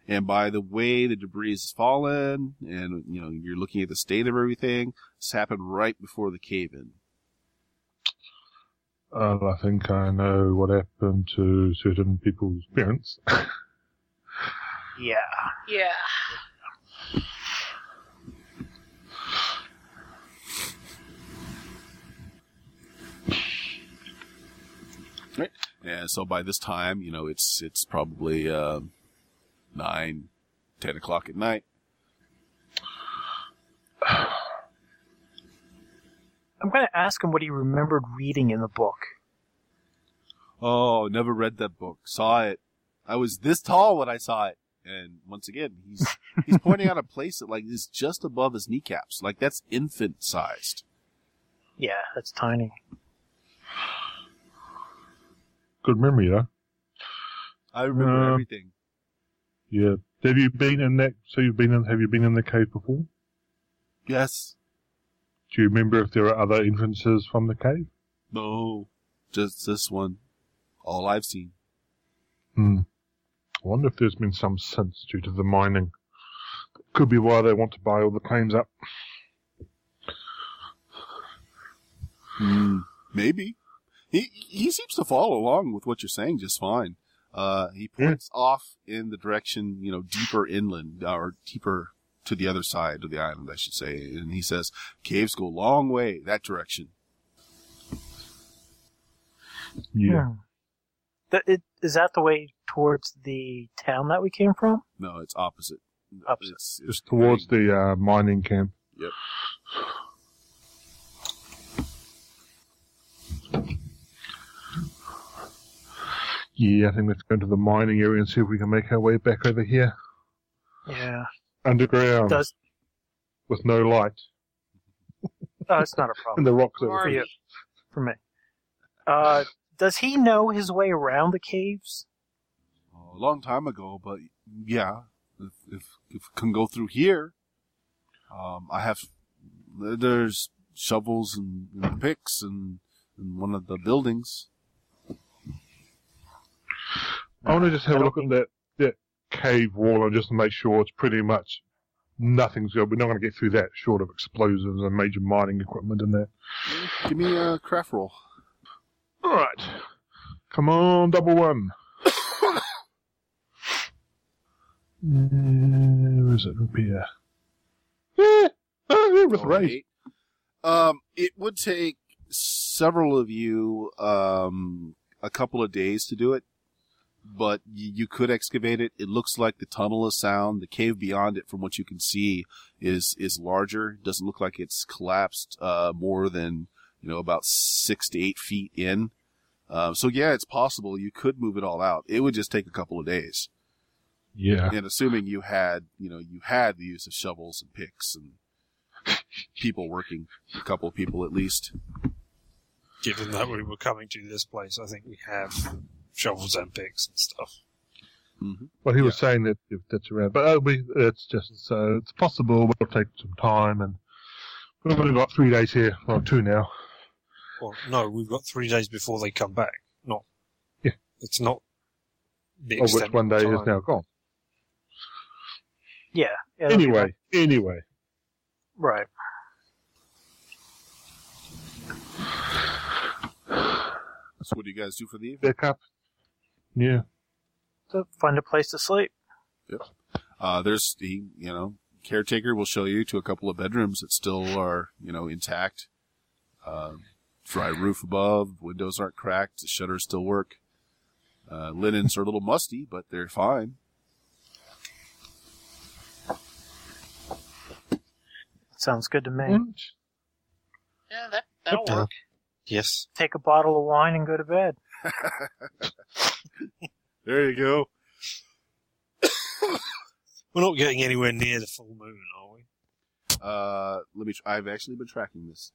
[SPEAKER 1] and by the way the debris has fallen, and you know you're looking at the state of everything. This happened right before the cave-in.
[SPEAKER 2] Um, I think I know what happened to certain people's parents.
[SPEAKER 5] Yeah.
[SPEAKER 4] Yeah.
[SPEAKER 1] And so by this time, you know it's it's probably uh, nine, ten o'clock at night.
[SPEAKER 5] I'm going to ask him what he remembered reading in the book.
[SPEAKER 1] Oh, never read that book. Saw it. I was this tall when I saw it. And once again, he's he's pointing out a place that like is just above his kneecaps. Like that's infant sized.
[SPEAKER 5] Yeah, that's tiny.
[SPEAKER 2] Good memory, though.
[SPEAKER 1] I remember
[SPEAKER 2] Um,
[SPEAKER 1] everything.
[SPEAKER 2] Yeah. Have you been in that? So you've been in? Have you been in the cave before?
[SPEAKER 1] Yes.
[SPEAKER 2] Do you remember if there are other entrances from the cave?
[SPEAKER 1] No. Just this one. All I've seen.
[SPEAKER 2] Hmm. I wonder if there's been some since due to the mining. Could be why they want to buy all the claims up.
[SPEAKER 1] Hmm,
[SPEAKER 2] Mm.
[SPEAKER 1] maybe. He he seems to follow along with what you're saying just fine. Uh, he points off in the direction, you know, deeper inland uh, or deeper to the other side of the island, I should say. And he says, "Caves go a long way that direction."
[SPEAKER 2] Yeah.
[SPEAKER 5] Hmm. Th- it- is that the way towards the town that we came from?
[SPEAKER 1] No, it's opposite.
[SPEAKER 5] Opposite.
[SPEAKER 1] It's,
[SPEAKER 2] It's towards
[SPEAKER 1] very-
[SPEAKER 2] the uh, mining camp.
[SPEAKER 1] Yep.
[SPEAKER 2] Yeah, I think let's go into the mining area and see if we can make our way back over here.
[SPEAKER 5] Yeah.
[SPEAKER 2] Underground,
[SPEAKER 5] Does
[SPEAKER 2] with no light.
[SPEAKER 5] oh, it's not a
[SPEAKER 2] And
[SPEAKER 5] problem
[SPEAKER 2] the rocks
[SPEAKER 4] Where
[SPEAKER 2] over
[SPEAKER 4] are
[SPEAKER 2] here.
[SPEAKER 4] we?
[SPEAKER 5] you? for me. Uh, does he know his way around the caves?
[SPEAKER 1] a long time ago, but yeah, if if, if we can go through here, um, I have there's shovels and, and picks and in one of the buildings.
[SPEAKER 2] I want to just have a look at that, that cave wall and just to make sure it's pretty much nothing's good. We're not going to get through that short of explosives and major mining equipment and that.
[SPEAKER 1] Give me a craft roll.
[SPEAKER 2] All right. Come on, double one. Uh, Where is it? Repair. Yeah. Oh, yeah, with
[SPEAKER 1] Roll
[SPEAKER 2] Ray.
[SPEAKER 1] eight. Um, it would take several of you um, a couple of days to do it, but y- you could excavate it. It looks like the tunnel is sound. The cave beyond it, from what you can see, is is larger. Doesn't look like it's collapsed uh, more than you know about six to eight feet in. Um, so yeah, it's possible you could move it all out. It would just take a couple of days,
[SPEAKER 2] Yeah.
[SPEAKER 1] and assuming you had you know you had the use of shovels and picks and people working, a couple of people at least.
[SPEAKER 3] Given that we were coming to this place, I think we have shovels and picks and stuff.
[SPEAKER 1] Mm-hmm.
[SPEAKER 2] Well, he was saying that if that's around, but uh, we, it's just so it's possible. We'll take some time, and we've only got three days here. Well, two now.
[SPEAKER 3] Well, no, we've got three days before they come back. Not.
[SPEAKER 2] Yeah.
[SPEAKER 3] It's not. The
[SPEAKER 2] Of which
[SPEAKER 3] extent
[SPEAKER 2] one day
[SPEAKER 3] of
[SPEAKER 2] is
[SPEAKER 3] time.
[SPEAKER 2] now gone.
[SPEAKER 5] Yeah. yeah that'd be
[SPEAKER 2] Anyway, anyway,
[SPEAKER 5] Right.
[SPEAKER 1] So what do you guys do for the evening?
[SPEAKER 2] back up. Yeah.
[SPEAKER 5] So find a place to sleep.
[SPEAKER 1] Uh, there's the you know caretaker will show you to a couple of bedrooms that still are you know intact. Uh, dry roof above, windows aren't cracked, the shutters still work. Uh, linens are a little musty, but they're fine.
[SPEAKER 5] Sounds good to me.
[SPEAKER 2] Mm.
[SPEAKER 4] Yeah, that that'll
[SPEAKER 3] Okay.
[SPEAKER 4] work.
[SPEAKER 3] Yes.
[SPEAKER 5] Take a bottle of wine and go to bed.
[SPEAKER 1] There you go.
[SPEAKER 3] We're not getting anywhere near the full moon, are we?
[SPEAKER 1] Uh, let me. Tr- I've actually been tracking this.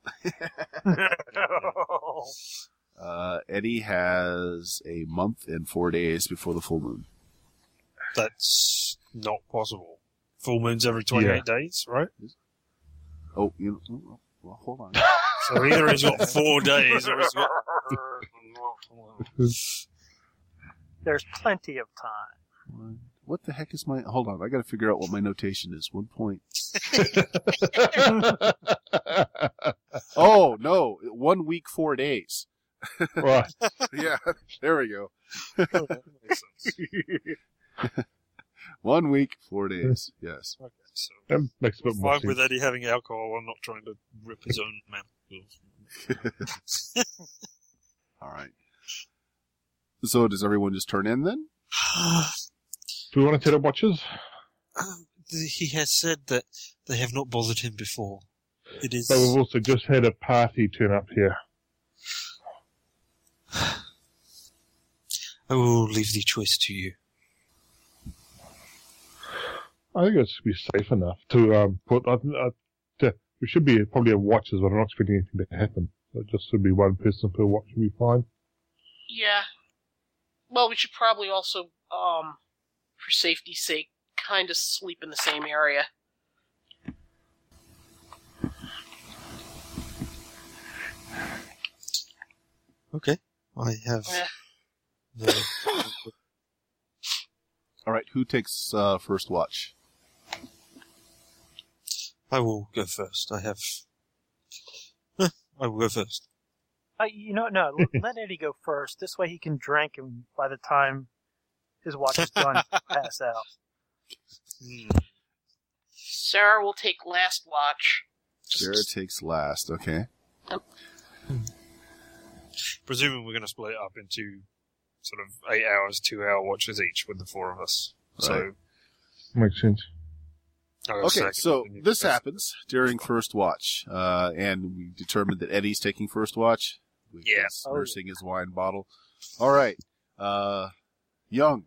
[SPEAKER 1] Uh, Eddie has a month and four days before the full moon.
[SPEAKER 3] That's not possible. Full moon's every 28 days, right?
[SPEAKER 1] Oh, you know. Well, hold on.
[SPEAKER 3] So either he's got four days or he's got.
[SPEAKER 5] There's plenty of time.
[SPEAKER 1] One, What the heck is my? Hold on, I got to figure out what my notation is. One point. Oh no, one week, four days.
[SPEAKER 2] right.
[SPEAKER 1] Yeah, there we go. One week, four days. Yes.
[SPEAKER 3] Okay, so
[SPEAKER 2] That makes a bit more
[SPEAKER 3] fine
[SPEAKER 2] sense.
[SPEAKER 3] with Eddie having alcohol. I'm not trying to rip his own man.
[SPEAKER 1] All right. So does everyone just turn in then?
[SPEAKER 2] Do we want to tell the watches?
[SPEAKER 3] he has said that they have not bothered him before. It is.
[SPEAKER 2] But we've also just had a party turn up here.
[SPEAKER 3] I will leave the choice to you.
[SPEAKER 2] I think it should be safe enough to um, put. I, I, to, we should be probably a watches, but I'm not expecting anything to happen. So just to be one person per watch should be fine.
[SPEAKER 4] Yeah. Well, we should probably also, um, for safety's sake, kind of sleep in the same area.
[SPEAKER 3] Okay. I have.
[SPEAKER 4] Yeah.
[SPEAKER 3] The,
[SPEAKER 1] All right. Who takes uh, first watch?
[SPEAKER 3] I will go first. I have. Huh, I will go first.
[SPEAKER 5] Uh, you know, no, let, let Eddie go first. This way he can drink, and by the time his watch is done, he'll pass out.
[SPEAKER 3] Hmm.
[SPEAKER 4] Sarah will take last watch.
[SPEAKER 1] Sarah takes last. Okay.
[SPEAKER 3] Presuming we're going to split it up into sort of eight hours, two hour watches each with the four of us. So.
[SPEAKER 1] Right.
[SPEAKER 2] Makes sense.
[SPEAKER 3] I'll go
[SPEAKER 1] Okay,
[SPEAKER 3] second.
[SPEAKER 1] so
[SPEAKER 3] Then you
[SPEAKER 1] this
[SPEAKER 3] go first.
[SPEAKER 1] happens during first watch, uh, and we determined that Eddie's taking first watch.
[SPEAKER 3] Yeah.
[SPEAKER 1] He's
[SPEAKER 5] Oh, yeah.
[SPEAKER 1] nursing his wine bottle. All right, uh, young.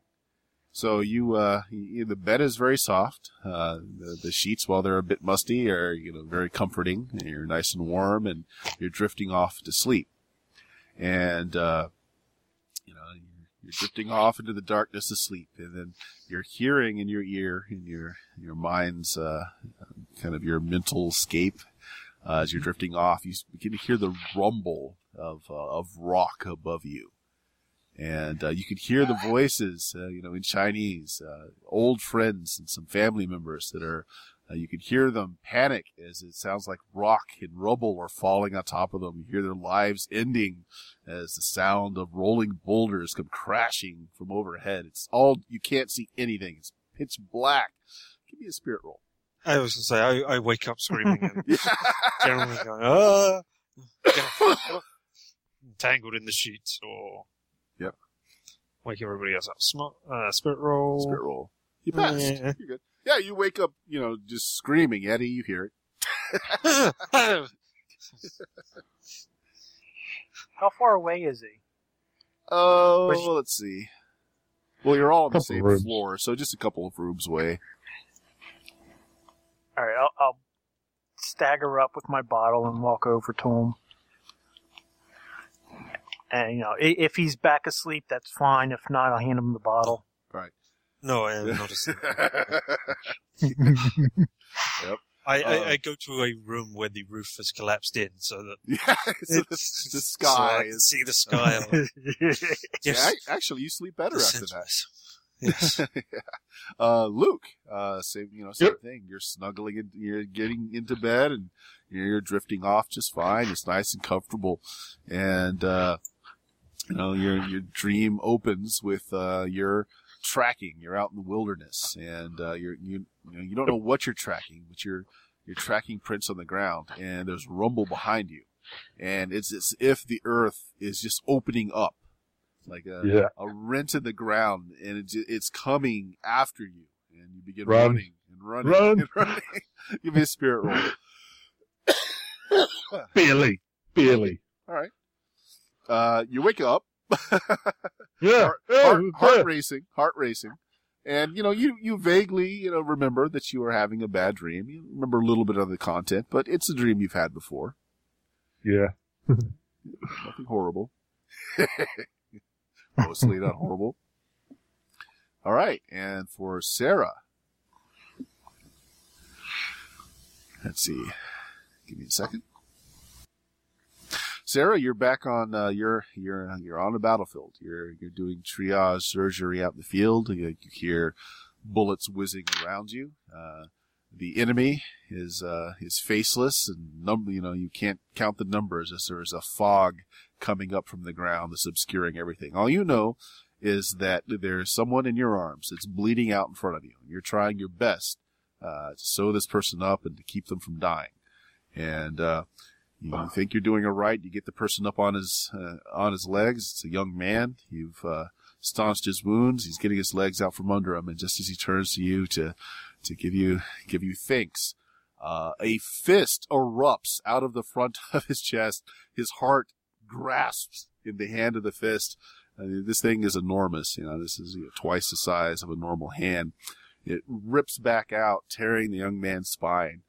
[SPEAKER 1] So you, uh, you, the bed is very soft. Uh, the, the sheets, while they're a bit musty, are you know very comforting. And you're nice and warm, and you're drifting off to sleep. And uh, you know you're, you're drifting off into the darkness of sleep, and then you're hearing in your ear, in your your mind's uh, kind of your mental scape uh, as you're drifting off. You s- begin to hear the rumble of uh, of rock above you, and uh, you can hear the voices, uh, you know, in Chinese, uh, old friends and some family members that are. Uh, you can hear them panic as it sounds like rock and rubble are falling on top of them. You hear their lives ending as the sound of rolling boulders come crashing from overhead. It's all you can't see anything. It's pitch black. Give me a spirit roll.
[SPEAKER 3] I was going to say, I, I wake up screaming and generally going, ah, tangled in the sheets or
[SPEAKER 1] Yep.
[SPEAKER 3] wake everybody else up. Smart, uh, spirit roll. Oh,
[SPEAKER 1] Spirit roll. You passed.
[SPEAKER 3] Yeah.
[SPEAKER 1] You're good. Yeah, you wake up, you know, just screaming. Eddie, you hear it.
[SPEAKER 5] How far away is he?
[SPEAKER 1] Oh,
[SPEAKER 5] Which-
[SPEAKER 1] let's see. Well, you're all on the
[SPEAKER 2] Couple
[SPEAKER 1] same
[SPEAKER 2] rooms.
[SPEAKER 1] floor, so just a couple of rooms away.
[SPEAKER 5] All right, I'll, I'll stagger up with my bottle and walk over to him. And you know, i- if he's back asleep, that's fine. If not, I'll hand him the bottle.
[SPEAKER 3] no, I am not asleep. I,
[SPEAKER 1] Uh,
[SPEAKER 3] I, I go to a room where the roof has collapsed in so that
[SPEAKER 1] yeah, so the, the
[SPEAKER 3] so I
[SPEAKER 1] sky
[SPEAKER 3] can
[SPEAKER 1] is.
[SPEAKER 3] see the sky. I'm like,
[SPEAKER 1] Yeah,
[SPEAKER 3] yes,
[SPEAKER 1] ac- actually, you sleep better after
[SPEAKER 3] Central.
[SPEAKER 1] that.
[SPEAKER 3] Yes.
[SPEAKER 1] uh, Luke, uh, same you know same
[SPEAKER 2] Yep.
[SPEAKER 1] thing. You're snuggling, in, you're getting into bed, and you're, you're drifting off just fine. It's nice and comfortable, and uh, you know your your dream opens with uh, your tracking. You're out in the wilderness, and uh, you're you you, know, you don't know what you're tracking, but you're you're tracking prints on the ground, and there's rumble behind you, and it's as if the earth is just opening up, like uh, a
[SPEAKER 2] Yeah.
[SPEAKER 1] a rent in the ground, and it's, it's coming after you, and you begin
[SPEAKER 2] Run.
[SPEAKER 1] running and running
[SPEAKER 2] Run.
[SPEAKER 1] and running. Give me a spirit roll.
[SPEAKER 2] Barely. Barely.
[SPEAKER 1] Uh, you wake up,
[SPEAKER 2] Yeah.
[SPEAKER 1] Heart-
[SPEAKER 2] yeah,
[SPEAKER 1] heart,
[SPEAKER 2] yeah.
[SPEAKER 1] heart racing, heart racing, and you know you you vaguely you know remember that you were having a bad dream. You remember a little bit of the content, but it's a dream you've had before.
[SPEAKER 2] yeah.
[SPEAKER 1] Nothing horrible. Mostly not horrible. All right, and for Sarah, let's see. Give me a second. Sarah, you're back on. Uh, you're you're you're on the battlefield. You're you're doing triage surgery out in the field. You, you hear bullets whizzing around you. Uh, the enemy is uh, is faceless and num- you know you can't count the numbers as there is a fog coming up from the ground that's obscuring everything. All you know is that there's someone in your arms that's bleeding out in front of you, and you're trying your best uh, to sew this person up and to keep them from dying. And uh, you think you're doing it right. You get the person up on his uh, on his legs. It's a young man. You've uh, staunched his wounds. He's getting his legs out from under him, and just as he turns to you to to give you give you thanks, uh, a fist erupts out of the front of his chest. His heart grasps in the hand of the fist. I mean, this thing is enormous. You know, this is you know, twice the size of a normal hand. It rips back out, tearing the young man's spine.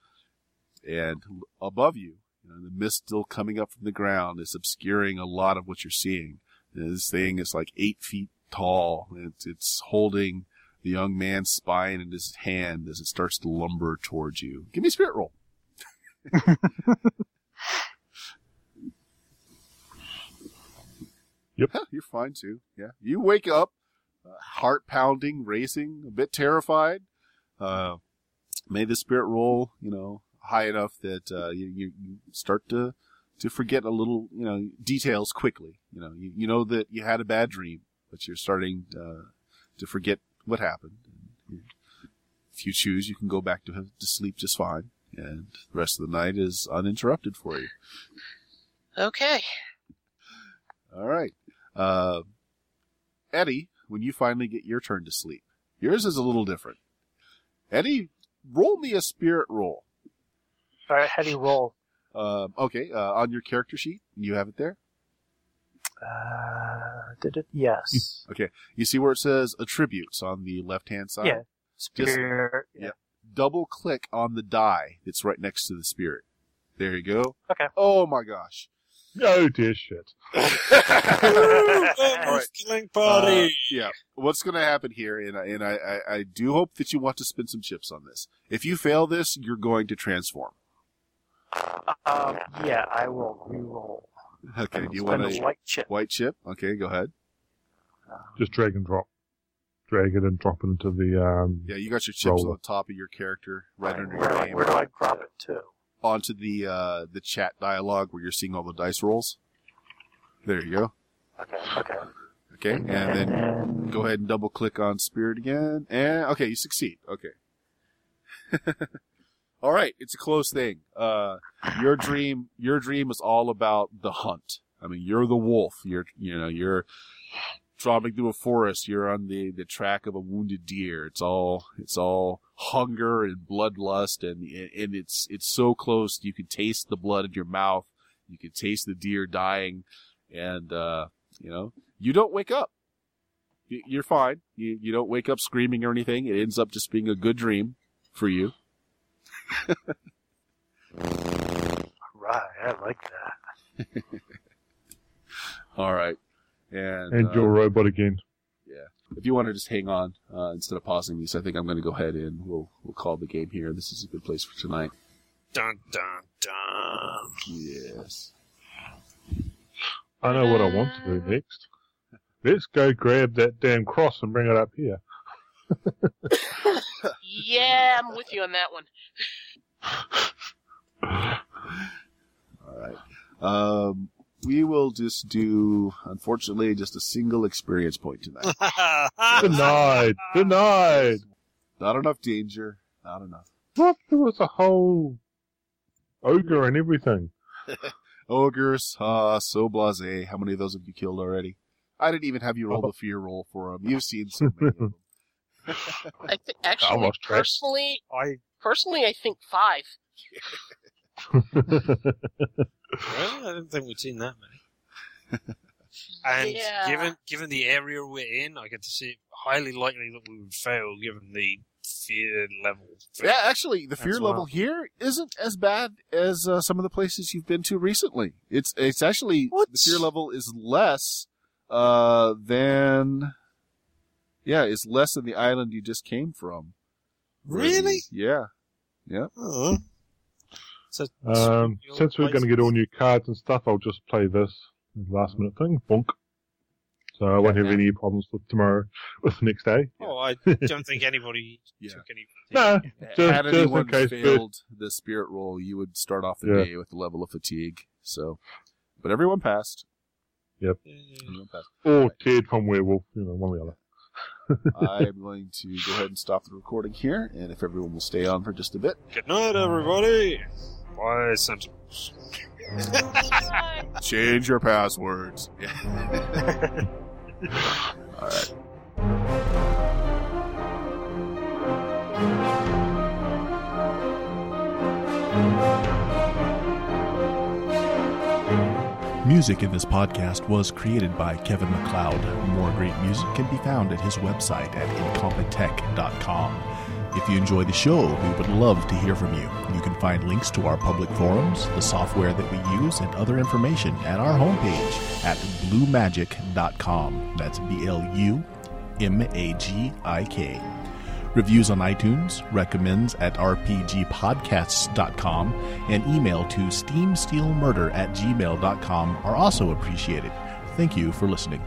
[SPEAKER 1] And above you, you know, the mist still coming up from the ground is obscuring a lot of what you're seeing. And this thing is like eight feet tall. It's, it's holding the young man's spine in his hand as it starts to lumber towards you. Give me a spirit roll.
[SPEAKER 2] Yep.
[SPEAKER 1] Huh, you're fine too. Yeah. You wake up, uh, heart pounding, racing, a bit terrified. Uh, made the spirit roll, you know, high enough that uh, you, you you start to to forget a little, you know, details quickly. You know, you, you know that you had a bad dream, but you're starting uh, to forget what happened. If you choose, you can go back to, to sleep just fine, and the rest of the night is uninterrupted for you.
[SPEAKER 4] Okay.
[SPEAKER 1] All right. Uh, Eddie, when you finally get your turn to sleep, yours is a little different. Eddie, roll me a spirit roll.
[SPEAKER 5] All right, how do you roll?
[SPEAKER 1] Um, okay, uh, on your character sheet, you have it there.
[SPEAKER 5] Uh, did it? Yes.
[SPEAKER 1] You see where it says attributes on the left hand side?
[SPEAKER 5] Yeah. Spirit.
[SPEAKER 1] yeah. Double click on the die that's right next to the spirit. There you go.
[SPEAKER 5] Okay.
[SPEAKER 1] Oh my gosh.
[SPEAKER 2] Oh dear shit.
[SPEAKER 3] All
[SPEAKER 5] right.
[SPEAKER 3] right. Killing party.
[SPEAKER 1] Uh, yeah. What's going to happen here, and, I, and I, I, I do hope that you want to spend some chips on this. If you fail this, you're going to transform.
[SPEAKER 5] Um, yeah, I will re-roll.
[SPEAKER 1] Okay. Do you
[SPEAKER 5] Spend
[SPEAKER 1] want
[SPEAKER 5] a
[SPEAKER 1] a
[SPEAKER 5] white chip.
[SPEAKER 1] white chip? Okay, go ahead.
[SPEAKER 2] Just drag and drop. Drag it and drop it into the um
[SPEAKER 1] Yeah, you got your chips
[SPEAKER 2] Roll.
[SPEAKER 1] on the top of your character, right under
[SPEAKER 5] where, do
[SPEAKER 1] your
[SPEAKER 5] I-
[SPEAKER 1] name,
[SPEAKER 5] where do I drop it to?
[SPEAKER 1] onto the uh, the chat dialogue where you're seeing all the dice rolls. There you go.
[SPEAKER 5] Okay. Okay.
[SPEAKER 1] Okay, and then
[SPEAKER 5] then
[SPEAKER 1] go ahead and double click on spirit again, and okay, you succeed. Okay. all right, it's a close thing. Uh, your dream, your dream is all about the hunt. I mean, you're the wolf. You're, you know, you're tromping through a forest. You're on the the track of a wounded deer. It's all, it's all hunger and bloodlust, and and it's it's so close. You can taste the blood in your mouth. You can taste the deer dying, and uh, you know, you don't wake up y- you're fine. You you don't wake up screaming or anything. It ends up just being a good dream for you.
[SPEAKER 5] Right, I like that.
[SPEAKER 1] All right. And,
[SPEAKER 2] and
[SPEAKER 1] uh,
[SPEAKER 2] your robot again.
[SPEAKER 1] if you want to just hang on uh, instead of pausing these, I think I'm going to go ahead and we'll we'll call the game here. This is a good place for tonight.
[SPEAKER 3] Dun dun dun.
[SPEAKER 1] Yes.
[SPEAKER 2] I know what I want to
[SPEAKER 1] Uh.
[SPEAKER 2] do next. Let's go grab that damn cross and bring it up here.
[SPEAKER 4] Yeah, I'm with you on that one.
[SPEAKER 1] All right. Um, we will just do, unfortunately, just a single experience point tonight.
[SPEAKER 2] Denied. Denied.
[SPEAKER 1] Not enough danger. Not enough.
[SPEAKER 2] What? There was a whole ogre and everything.
[SPEAKER 1] Ogres, ah, so blase. How many of those have you killed already? I didn't even have you roll the fear roll for them. You've seen so many of them.
[SPEAKER 4] I think actually,
[SPEAKER 2] Almost tripped.
[SPEAKER 4] personally,
[SPEAKER 3] I
[SPEAKER 4] personally, I think five.
[SPEAKER 3] Really? I didn't think we'd seen that many. And
[SPEAKER 4] Yeah.
[SPEAKER 3] given given the area we're in, I get to see it highly likely that we would fail given the fear level.
[SPEAKER 1] Yeah, actually, the fear
[SPEAKER 3] That's
[SPEAKER 1] level
[SPEAKER 3] wild.
[SPEAKER 1] here isn't as bad as uh, some of the places you've been to recently. It's it's actually
[SPEAKER 3] What?
[SPEAKER 1] the fear level is less uh, than yeah, it's less than the island you just came from.
[SPEAKER 3] Really?
[SPEAKER 1] Yeah.
[SPEAKER 3] Uh-huh. So,
[SPEAKER 2] Um, since we're going to get all new cards and stuff, I'll just play this last minute thing. Bonk. so I won't have any problems with tomorrow with the next day.
[SPEAKER 3] Oh, I don't think anybody
[SPEAKER 1] Yeah.
[SPEAKER 3] took any.
[SPEAKER 2] No, Just-
[SPEAKER 1] Had
[SPEAKER 2] just in
[SPEAKER 1] anyone
[SPEAKER 2] case, but-
[SPEAKER 1] failed the spirit roll, you would start off the
[SPEAKER 2] Yeah.
[SPEAKER 1] day with the level of fatigue. So, but everyone passed.
[SPEAKER 3] Yeah.
[SPEAKER 1] Everyone passed.
[SPEAKER 2] or dead from werewolf, you know, one or the other.
[SPEAKER 1] I am going to go ahead and stop the recording here, and if everyone will stay on for just a bit,
[SPEAKER 3] Good night, everybody. Bye, Sentinels.
[SPEAKER 1] change your passwords. All right.
[SPEAKER 7] Music in this podcast was created by Kevin McLeod. More great music can be found at his website at incompetech.com. If you enjoy the show, we would love to hear from you. You can find links to our public forums, the software that we use, and other information at our homepage at bluemagic.com. That's B L U M A G I K. Reviews on iTunes, recommends at rpgpodcasts.com, and email to steamsteelmurder at gmail.com are also appreciated. Thank you for listening.